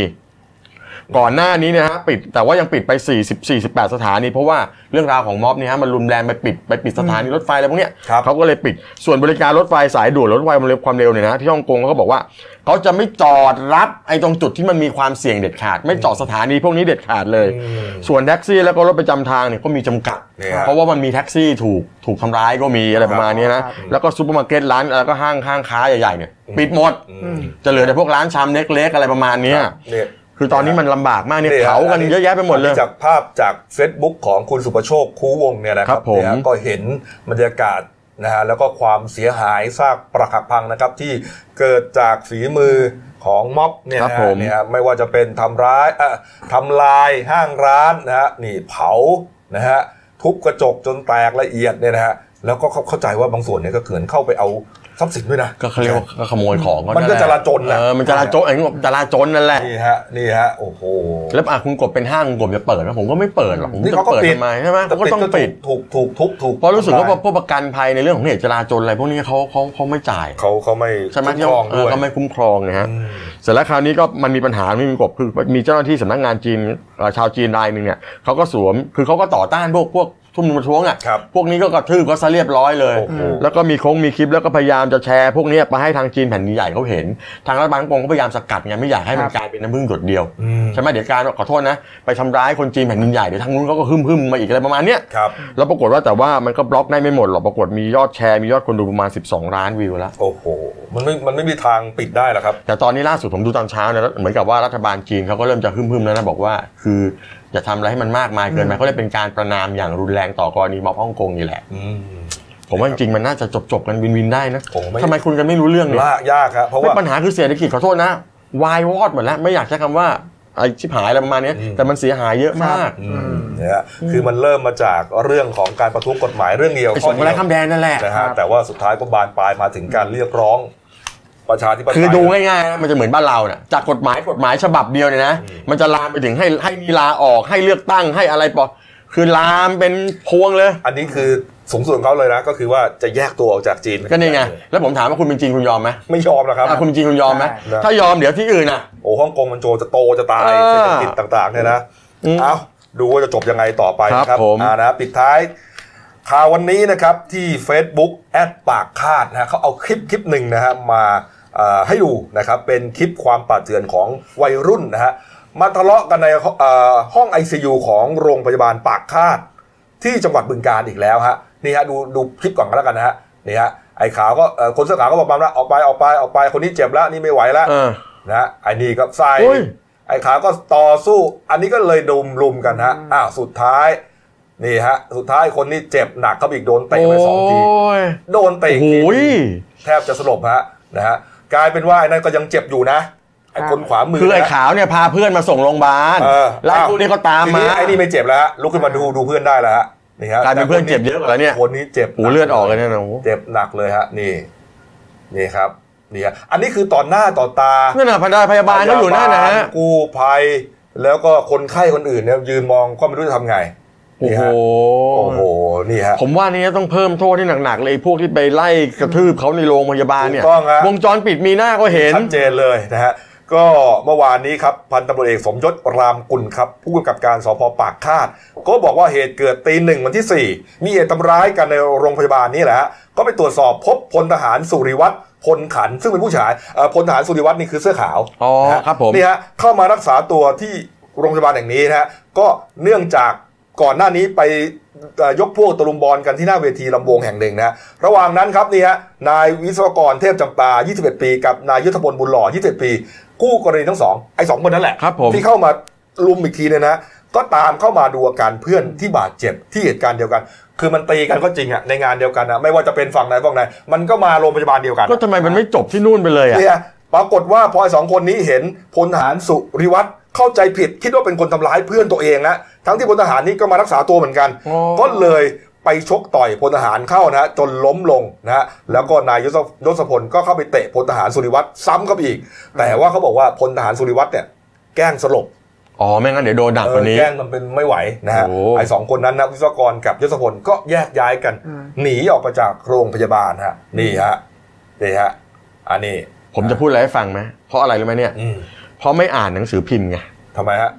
[SPEAKER 2] ก่อนหน้านี้เนยฮะปิดแต่ว่ายังปิดไป40 48 สถานี เพราะว่าเรื่องราวของม็อบเนี่ยฮะมันรุนแรงไปปิดไปปิดสถานีรถไฟอะไรพวกเนี้ย
[SPEAKER 1] ครับ
[SPEAKER 2] เขาก็เลยปิดส่วนบริการรถไฟสายด่วนรถไฟความเร็วความเร็วเนี่ยนะที่ฮ่องกงเขาก็บอกว่าเขาจะไม่จอดรับไอ้ตรงจุดที่มันมีความเสี่ยงเด็ดขาด ไม่จอดสถานีพวกนี้เด็ดขาดเลย
[SPEAKER 1] อืม
[SPEAKER 2] ส่วนแท็กซี่แล้วก็รถประจำทางเนี่ยก็มีจำกัด
[SPEAKER 1] เนี่ยฮะ
[SPEAKER 2] เพราะว่ามันมีแท็กซี่ถูกถูกทำร้ายก็มีอะไรประมาณนี้นะครับ แล้วก็ซูเปอร์มาร์เก็ตร้านแล้วก็ห้างห้างค้าใหญ่ๆเนี่ยปิดหมด จะเหลือแต่พวกร้านชามเล็กๆอะไรประมาณเนี้ย
[SPEAKER 1] เนี่ย
[SPEAKER 2] คือตอนนี้มันลำบากมากเนี่ย
[SPEAKER 1] นี่ย
[SPEAKER 2] เผากันเยอะแยะไปหมดเลย
[SPEAKER 1] จากภาพจาก Facebook ของคุณสุประโชคคูวงเนี่ยนะครั
[SPEAKER 2] ครับผม
[SPEAKER 1] เนี่ยก็เห็นบรรยากาศนะฮะแล้วก็ความเสียหายซากปรักหักพังนะครับที่เกิดจากฝีมือของม็อบเนี่ย
[SPEAKER 2] ครับ
[SPEAKER 1] นะ
[SPEAKER 2] ผ
[SPEAKER 1] ฮะ
[SPEAKER 2] ม
[SPEAKER 1] เนี่ยไม่ว่าจะเป็นทำร้ายเอ่อทำลายห้างร้านนะฮะนี่เผานะฮะทุบกระจกจนแตกละเอียดเนี่ยนะฮะแล้วก็เข้าใจว่าบางส่วนเนี่ยก็เขินเข้าไปเอาทรัพย์สินด้วยนะ
[SPEAKER 2] ก็เขาเรียกว่าก็ขโมยของ
[SPEAKER 1] มันก็
[SPEAKER 2] แหล
[SPEAKER 1] จราจรน่ะ
[SPEAKER 2] เออมันจราจนไอ้นี่บอกจราจนนั่นแหละ
[SPEAKER 1] นี่ฮะนี่ฮะโอ้โห
[SPEAKER 2] แล้วอ่ะคุณกบเป็นห้างคุณกบจะเปิดไหมผมก็ไม่เปิดหรอกผม
[SPEAKER 1] นี่
[SPEAKER 2] จะ
[SPEAKER 1] เขาก็
[SPEAKER 2] เปิด
[SPEAKER 1] ปิด
[SPEAKER 2] ทำไมใช่ไหมผมก็ต้องปิด
[SPEAKER 1] ถูกถูกถูกถูก
[SPEAKER 2] เพราะรู้สึกว่าพวกประกันภัยในเรื่องของเหตุจราจนอะไรพวกนี้เขาเขาเขาไม่จ่าย
[SPEAKER 1] เขาเขาไม่
[SPEAKER 2] ใช่ไหมที่
[SPEAKER 1] ครอง
[SPEAKER 2] เอ
[SPEAKER 1] ด้
[SPEAKER 2] อ
[SPEAKER 1] วย
[SPEAKER 2] เขาไม่คุ้มครองนะฮะ
[SPEAKER 1] อืม
[SPEAKER 2] เสร็จแล้วคราวนี้ก็มันมีปัญหาไม่มีกบคือมีเจ้าหน้าที่สำนักงานจีนเอ่อชาวจีนรายหนึ่งเนี่ยเขาก็สวมคือเขาก็ต่อต้านพวกพวกชุมนุมประท้วงอ่ะ
[SPEAKER 1] ครับ
[SPEAKER 2] พวกนี้ก็กระทืบก็ซะเรียบร้อยเลย
[SPEAKER 1] โอ้โห
[SPEAKER 2] แล้วก็มีโค้งมีคลิปแล้วก็พยายามจะแชร์พวกเนี้ยไปให้ทางจีนแผ่นดินใหญ่เขาเห็น ทางรัฐบาลฮ่องกงก็พยายามสกัดไงไม่อยากให้มันกลายเป็นน้ำพึ่งหยดเดียว
[SPEAKER 1] อืม
[SPEAKER 2] ใช่ไหมเดี๋ยวการขอโทษนะไปทำร้ายคนจีนแผ่นดินใหญ่เดี๋ยวทางนู้นเขาก็ฮึ่มๆมาอีกอะไรประมาณเนี้ย
[SPEAKER 1] ครับ
[SPEAKER 2] แล้วปรากฏว่าแต่ว่ามันก็บล็อกได้ไม่หมดหรอกปรากฏมียอดแชร์มียอดคนดูประมาณ 12 ล้านวิวแล้ว
[SPEAKER 1] โอ้โห มันไม่มันไม่มีทางปิดได้หรอกครับ
[SPEAKER 2] แต่ตอนนี้ล่าสุดผมดูตอนเช้าเนี่ยเหมือนกับว่ารัฐบาลจีนเขาก็เริ่มจะฮึ่มๆแล้วนะบอกว่า คืออย่าทำอะไรให้มันมากมายเกินไปเขาเลยเป็นการประนามอย่างรุนแรงต่อกรณีม็อบฮ่องกงนี่แหละ
[SPEAKER 1] อืม
[SPEAKER 2] ผมว่าจริงๆมันน่าจะจบๆกันวินวินได้นะ
[SPEAKER 1] โอ้ไม่
[SPEAKER 2] ทำไมคุณกันไม่รู้เรื่องเนี่ย
[SPEAKER 1] ล่ายากครับเพราะ
[SPEAKER 2] ไม่
[SPEAKER 1] ว่า
[SPEAKER 2] ปัญหาคือเศรษฐกิจขอโทษนะวายวอดหมดแล้วไม่อยากใช้คำว่าไอ้ชิบหายอะไรประมาณเนี้ย
[SPEAKER 1] อืม
[SPEAKER 2] แต่มันเสียหายเยอะมาก
[SPEAKER 1] อืมนะฮะคือมันเริ่มมาจากเรื่องของการประท้วงกฎหมายเรื่องเดียว
[SPEAKER 2] ไอ้
[SPEAKER 1] ข้
[SPEAKER 2] ส่
[SPEAKER 1] อง เดี
[SPEAKER 2] ไร้
[SPEAKER 1] ยว
[SPEAKER 2] คำแดงนั่นแหละ
[SPEAKER 1] นะฮะแต่ว่าสุดท้ายก็บานปลายมาถึงการเรียกร้อง ประชาธิปไตย
[SPEAKER 2] คือดูง่ายๆนะมันจะเหมือนบ้านเราเนี่ยจากกฎหมายกฎหมายฉบับเดียวเนี่ยนะมันจะลามไปถึงให้ให้มีลาออกให้เลือกตั้งให้อะไรปอคือลามเป็นพวงเลย
[SPEAKER 1] อันนี้คือสูงสุดของเขาเลยนะ ก็คือว่าจะแยกตัวออกจากจีน
[SPEAKER 2] ก็นี่ไง แล้วผมถามว่าคุณเป็นจริงคุณยอมไหม
[SPEAKER 1] ไม่ยอมนะครับ
[SPEAKER 2] อ่ะคุณเป็นจริงคุณยอมไหม
[SPEAKER 1] ได้
[SPEAKER 2] ถ้ายอมเดี๋ยวที่อื่นน่ะ
[SPEAKER 1] โอ้ฮ่องกงมันโจรจะโตจะตาย
[SPEAKER 2] เออ
[SPEAKER 1] เศรษฐกิจต่างๆเนี่ยนะ
[SPEAKER 2] อืม
[SPEAKER 1] เอาดูว่าจะจบยังไงต่อไปนะครับ
[SPEAKER 2] ผม
[SPEAKER 1] อ่านะปิดท้ายข่าววันนี้นะครับที่ Facebook แอดปากคาดนะฮะเขาเอาคลิปคลิปหนึ่งนะฮะมาอ่าให้ดูนะครับเป็นคลิปความป่าเถื่อนของวัยรุ่นนะฮะมาทะเลาะกันในอ่าห้อง ICU ของโรงพยาบาลปากคาด ที่จังหวัดบึงการอีกแล้วฮะนี่ฮะดูดูคลิปก่อนกันแล้วกันนะฮะนี่ฮะไอ้ขาวก็เอ่อคนเสื้อขาวก็บอกประมาณว่าออกไปออกไปออกไปคนนี้เจ็บแล้วนี่ไม่ไหวแล้ว
[SPEAKER 2] เออ
[SPEAKER 1] นะฮะไอ้นี่ก็ใส่
[SPEAKER 2] อุ้ย
[SPEAKER 1] ไอ้ขาก็ต่อสู้ อันนี้ก็เลยดุมลุมกันฮะอ้าวสุดท้าย นี่ฮะ สุดท้ายคนนี้เจ็บหนักครับอีกโดนเตะไปสองที
[SPEAKER 2] ย
[SPEAKER 1] โดนเตะ
[SPEAKER 2] โอ้
[SPEAKER 1] อีก
[SPEAKER 2] โห
[SPEAKER 1] ที
[SPEAKER 2] ย
[SPEAKER 1] แทบจะสลบฮะนะฮะกลายเป็นว่าไอ้นั่นก็ยังเจ็บอยู่นะไอ้คนขวามือ
[SPEAKER 2] คือไอ้
[SPEAKER 1] นะ
[SPEAKER 2] ขาวเนี่ยพาเพื่อนมาส่งโรงพยาบาล
[SPEAKER 1] เออ
[SPEAKER 2] แล้วไอ้
[SPEAKER 1] อ้าว
[SPEAKER 2] พวกนี้ก็ตาม
[SPEAKER 1] ที
[SPEAKER 2] มา
[SPEAKER 1] นี้ไอ้นี่ไม่เจ็บแล้วฮะลุกขึ้นมาดูดูเพื่อนได้แล้วฮะนี่ฮะ
[SPEAKER 2] กลายเป็นเพื่อนเจ็บเยอะกว่าแล้วเนี่ย
[SPEAKER 1] คนนี้เจ็บห
[SPEAKER 2] หู
[SPEAKER 1] นัก
[SPEAKER 2] เลือดออกเลยเนี่ยนะโอ้โห
[SPEAKER 1] เจ็บหนักเลยฮะนี่นี่ครับนี่ฮะอันนี้คือต่อหน้าต่อตา
[SPEAKER 2] นั่นน่ะพยาบาลพยาบาลก็อยู่นั่นนะฮะ
[SPEAKER 1] กู้ภัยแล้วก็คนไข้คนอื่นเนี่ยยืนมองก็ไม่รู้จะทำไง
[SPEAKER 2] โอ้
[SPEAKER 1] นี่
[SPEAKER 2] โห
[SPEAKER 1] ฮะโอ้โหนี่ฮะ
[SPEAKER 2] ผมว่านี่ต้องเพิ่มโทษที่หนักๆเลยไอ้พวกที่ไปไล่กระทืบเขาในโรงพยาบาลเนี่ย
[SPEAKER 1] ถูกต้องฮะ
[SPEAKER 2] วงจรปิดมีหน้าก็เห็น
[SPEAKER 1] ชัดเจนเลยนะฮะก็เมื่อวานนี้ครับพันตำรวจเอกสมยศรามกุลครับ ผู้กำกับการสพปากคาด ก็บอกว่าเหตุเกิดตีหนึ่งวันที่ 4 มีเหตุทำร้ายกันในโรงพยาบาลนี่แหละฮะก็ไปตรวจสอบพบพลทหารสุริวัตรพลขัน ซึ่งเป็นผู้ชายเอ่อพลทหารสุริวัตรนี่คือเสื้อขาว
[SPEAKER 2] อ๋อ
[SPEAKER 1] นะฮะ
[SPEAKER 2] ครับผม
[SPEAKER 1] นี่ฮะเข้ามารักษาตัวที่โรงพยาบาลแห่งนี้นะฮะก็เนื่องจากก่อนหน้านี้ไปเอ่อยกพวกตะลุมบอลกันที่หน้าเวทีลำวงแห่งหนึ่งนะฮะระหว่างนั้นครับนี่ฮะนายวิศวกรเทพจำปา 21 ปี กับนายยุทธพลบุญหล่อ 21 ปี กู้กรณีทั้งสองไอ้สองคนนั่นแหละ
[SPEAKER 2] ครับผม
[SPEAKER 1] ที่เข้ามาลุมอีกทีเนี่ยนะ ก็ตามเข้ามาดูอาการเพื่อนที่บาดเจ็บที่เหตุการณ์เดียวกัน คือมันตีกันก็จริงอะในงานเดียวกันนะไม่ว่าจะเป็นฝั่งไหนฝั่งไหนมันก็มาโรงพยาบาลเดียวกัน
[SPEAKER 2] ก็ทำไมมันไม่จบที่นู่นไปเลยอ่ะ
[SPEAKER 1] เนี่ยปรากฏว่าพอไอ้สองคนนี้เห็นพลทหารสุริวัตรเข้าใจผิดคิดว่าเป็นคนทำร้ายเพื่อนตัวเองนะทั้งที่พลทหารนี้ก็มารักษาตัวเหมือนกัน
[SPEAKER 2] อ๋อ
[SPEAKER 1] ก็เลยไปชกต่อยพลทหารเข้านะจนล้มลงนะแล้วก็นายยศยศพลก็เข้าไปเตะพลทหารสุริวัตรซ้ำเข้าไปอีก แต่ว่าเขาบอกว่าพลทหารสุริวัตรเนี่ยแกล้งสลบ
[SPEAKER 2] อ๋อไม่งั้นเดี๋ยวโดนดัก
[SPEAKER 1] เอก อ
[SPEAKER 2] ว่านี้
[SPEAKER 1] แกล้งมันเป็นไม่ไหวนะฮะ
[SPEAKER 2] โอ้
[SPEAKER 1] ไอ้สองคนนั้นนะวิศวกรกับยศพลก็แยกย้ายกัน หนีออกไปจากโรงพยาบาลฮะนี่ฮะนี่ฮะอันนี้
[SPEAKER 2] ผมจะพูดอะไรให้ฟังไหมเพราะอะไรรู้ไหมเนี่ย
[SPEAKER 1] อืม
[SPEAKER 2] เพราะไม่อ่านหนังสือพิมพ์ไง
[SPEAKER 1] ทำไมฮะ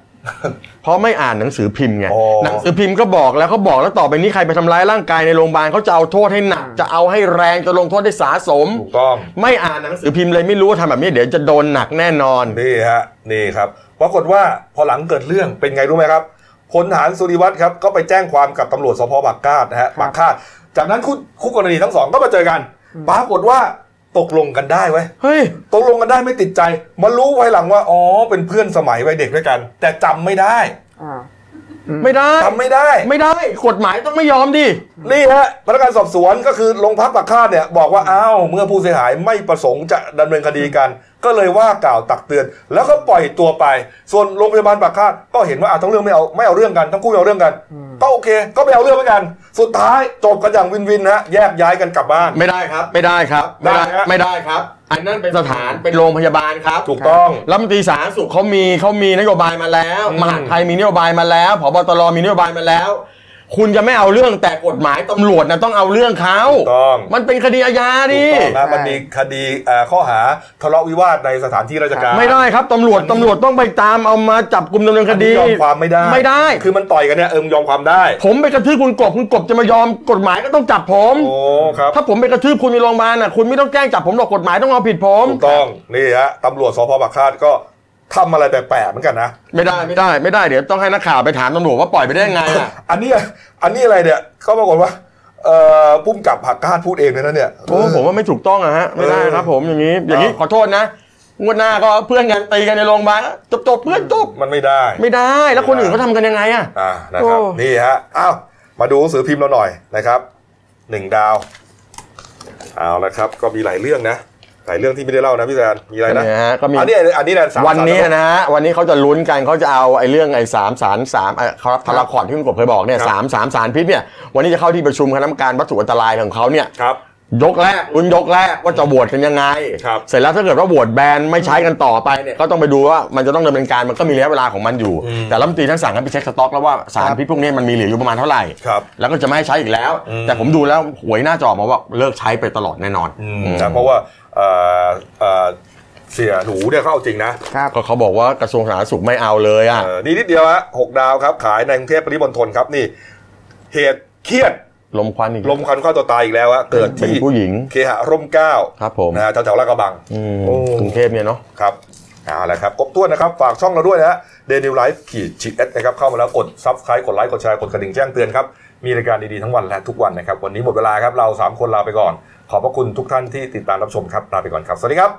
[SPEAKER 2] เพราะไม่อ่านหนังสือพิมพ์ไง
[SPEAKER 1] อ๋อ
[SPEAKER 2] หนังสือพิมพ์ก็บอกแล้วเขาบอกแล้วต่อไปนี้ใครไปทำร้ายร่างกายในโรงพยาบาลเขาจะเอาโทษให้หนัก จะเอาให้แรงจะลงโทษได้สาสม
[SPEAKER 1] ถูกต้อง
[SPEAKER 2] ไม่อ่านหนังสือพิมพ์เลยไม่รู้ว่าทำแบบนี้เดี๋ยวจะโดนหนักแน่นอน
[SPEAKER 1] นี่ฮะนี่ครับปรากฏว่าพอหลังเกิดเรื่องเป็นไงรู้ไหมครับพลทหารสุริวัตรครับก็ไปแจ้งความกับตำรวจสพปากคาดนะฮะปากคาด จากนั้นคู่คู่กรณีทั้งสองก็มาเจอกันปรากฏว่าตกลงกันได้ไว้ย
[SPEAKER 2] เฮ้ย
[SPEAKER 1] ตกลงกันได้ไม่ติดใจ มารู้ไว้หลังว่าอ๋อเป็นเพื่อนสมัยวัยเด็กด้วยกัน แต่จำไม่ได้
[SPEAKER 4] อ่า
[SPEAKER 2] ไม่ได้
[SPEAKER 1] จำไม่ได้
[SPEAKER 2] ไม่ได้กฎหมายต้องไม่ยอมดิ
[SPEAKER 1] นี่ฮะพนักงานสอบสวนก็คือโรงพักปากคาดเนี่ยบอกว่าอ้าวเมื่อผู้เสียหายไม่ประสงค์จะดำเนินคดีกัน ก็เลยว่ากล่าวตักเตือน แล้วก็ปล่อยตัวไป ส่วนโรงพยาบาลปากคาดก็เห็นว่าอาทั้งเรื่องไม่เอาไม่เอาเรื่องกันทั้งคู่ไม่เอาเรื่องกัน ก็โอเค ก็ไม่เอาเรื่องเหมือนกัน สุดท้ายจบกันอย่างวินวินนะฮะแยกย้ายกันกลับบ้าน
[SPEAKER 2] ไม่ได้ครับ ไม่ได้ครับ
[SPEAKER 1] ได้
[SPEAKER 2] ไม่ได้
[SPEAKER 1] ฮะ
[SPEAKER 2] ไม่ได้ครับ อันนั้นเป็นสถานเป็นโรงพยาบาลครับ
[SPEAKER 1] ถูกต้อง
[SPEAKER 2] รัฐมนตรีสาธารณสุขเขามีเขามีนโยบายมาแล้ว
[SPEAKER 1] อืม
[SPEAKER 2] มหาดไทยมีนโยบายมาแล้วผบตรมีนโยบายมาแล้ว คุณจะไม่เอาเรื่องแต่กฎหมายตำรวจนะต้องเอาเรื่องเขา
[SPEAKER 1] ถูกต้อง
[SPEAKER 2] มันเป็นคดีอาญาดิ
[SPEAKER 1] ถูกต้องนะ
[SPEAKER 4] ใช่
[SPEAKER 1] มันมีคดีเอ่อข้อหาทะเลาะวิวาทในสถานที่ราชการ
[SPEAKER 2] ไม่ได้ครับตำรวจตำรวจต้องไปตามเอามาจับกลุ่มดำเนินคดี
[SPEAKER 1] ยอมความไม่ได้
[SPEAKER 2] ไม่ได้
[SPEAKER 1] คือมันต่อยกันเนี่ยเอิมนยอมความได้
[SPEAKER 2] ผมไปกระทืบคุณกบคุณกบจะมายอมกฎหมายก็ต้องจับผม
[SPEAKER 1] โอ้ครับ
[SPEAKER 2] ถ้าผมไปกระทืบคุณในโรงพยาบาลน่ะคุณไม่ต้องแจ้งจับผมหรอกกฎหมายต้องเอาผิดผม
[SPEAKER 1] ถูกต้องนี่ฮะตำรวจสพปากคาดก็ทำอะไรแปลกๆเหมือนกันนะ
[SPEAKER 2] ไม่ได้ไม่ได้ไม่ได้เดี๋ยวต้องให้นักข่าวไปถามตำรวจว่าปล่อยไปได้ยังไงอ่ะ
[SPEAKER 1] อันนี้อันนี้อะไรเนี่ยก็ปรากฏว่าเอ่อพุ่มกับผักคาดพูดเองเลยนะเนี่ย
[SPEAKER 2] โอ้ผมว่าไม่ถูกต้องอะฮะไม่ได้ครับ ผมอย่างนี้อย่างนี้
[SPEAKER 1] เออ
[SPEAKER 2] ขอโทษนะงวดหน้าก็เพื่อนกันตีกันในโรงพยาบาลจบจบๆเพื่อนจบ
[SPEAKER 1] มันไม่ได้
[SPEAKER 2] ไม่ได้แล้วคนอื่นเขาทำกันยังไงอ่ะ
[SPEAKER 1] อ่านะครับ
[SPEAKER 2] โอ้
[SPEAKER 1] นี่ฮะอ้าวมาดูหนังสือพิมพ์เราหน่อยนะครับหนึ่งดาวเอาละครับ ก็มีหลายเรื่องนะหลายเรื่องที่ไม่ได้เล่านะพี่แซนมีอะไรนะ
[SPEAKER 2] เนี่ยฮะก็มี
[SPEAKER 1] อันนี้อันนี้แหละสาม
[SPEAKER 2] วันนี้
[SPEAKER 1] สาม
[SPEAKER 2] นะฮะวันนี้เขาจะลุ้นกันเขาจะเอาไอ้เรื่องไอ้สามสารสามเขารับพาราคอร์ดที่คุณกบเคยบอกเนี่ย
[SPEAKER 1] ครับ
[SPEAKER 2] สามสามสารพิษเนี่ยวันนี้จะเข้าที่ประชุมคณะกรรมการวัตถุอันตรายของเขาเนี่ย
[SPEAKER 1] ครับ
[SPEAKER 2] ยกแรกลุ้นยกแรกว่าจะโหวตกันยังไง
[SPEAKER 1] ครับ
[SPEAKER 2] เสร็จแล้วถ้าเกิดว่าโหวตแบนไม่ใช้กันต่อไปเนี่ยก็ต้องไปดูว่ามันจะต้องดำเนินการมันก็มีระยะเวลาของมันอยู่
[SPEAKER 1] อืม
[SPEAKER 2] แต่รัฐมนตรีท่านสั่งให้ไปเช็คสต็อกแล้วว่าสารพิษพวกนี้มันมีเหลืออยู่ประมาณเท่าไหร่
[SPEAKER 1] ครับ
[SPEAKER 2] แล้วก็จะไม่ให้ใช้อีกแล้ว
[SPEAKER 1] อืม
[SPEAKER 2] แต่ผมดูแล้วหวยหน้าจอมาว่าเลิกใช้ไปตลอดแน่นอน
[SPEAKER 1] อืม
[SPEAKER 2] อืม
[SPEAKER 1] นะเพราะว่าเอ่อเอ่อเสียหนูเนี่ยเขาเอาจริงนะ
[SPEAKER 4] ครับ
[SPEAKER 2] ก็เขาบอกว่ากระทรวงสาธารณสุขไม่เอาเลยอ่ะ
[SPEAKER 1] เออนี่นิดเดียวฮะหกดาวครับ ขายในกรุงเทพปริมณฑลครับนี่ เหตุเครียด
[SPEAKER 2] ลมควันอีก
[SPEAKER 1] ลมควันฆ่าตัวตายอีกแล้วฮะเกิด
[SPEAKER 2] เป็น
[SPEAKER 1] ที่
[SPEAKER 2] ผู้หญิง
[SPEAKER 1] เคหะร่มเกล้า
[SPEAKER 2] ครับผม
[SPEAKER 1] นะฮะแถวๆลาดกระบัง
[SPEAKER 2] อืม
[SPEAKER 1] โอ้
[SPEAKER 2] กรุงเทพเนี่ยเนาะ
[SPEAKER 1] ครับเอาละครับครบถ้วนนะครับ ฝากช่องเราด้วยนะฮะเดนิวไลฟ์ขีดจีเอสนะครับ เข้ามาแล้วกดซับสไครต์กดไลค์กดแชร์กดกระดิ่งแจ้งเตือนครับ มีรายการดี ๆ ทั้งวันและทุกวันนะครับ วันนี้หมดเวลาครับเราสามคนลาไปก่อน ขอบพระคุณทุกท่านที่ติดตามรับชมครับลาไปก่อนครับสวัสดีครับ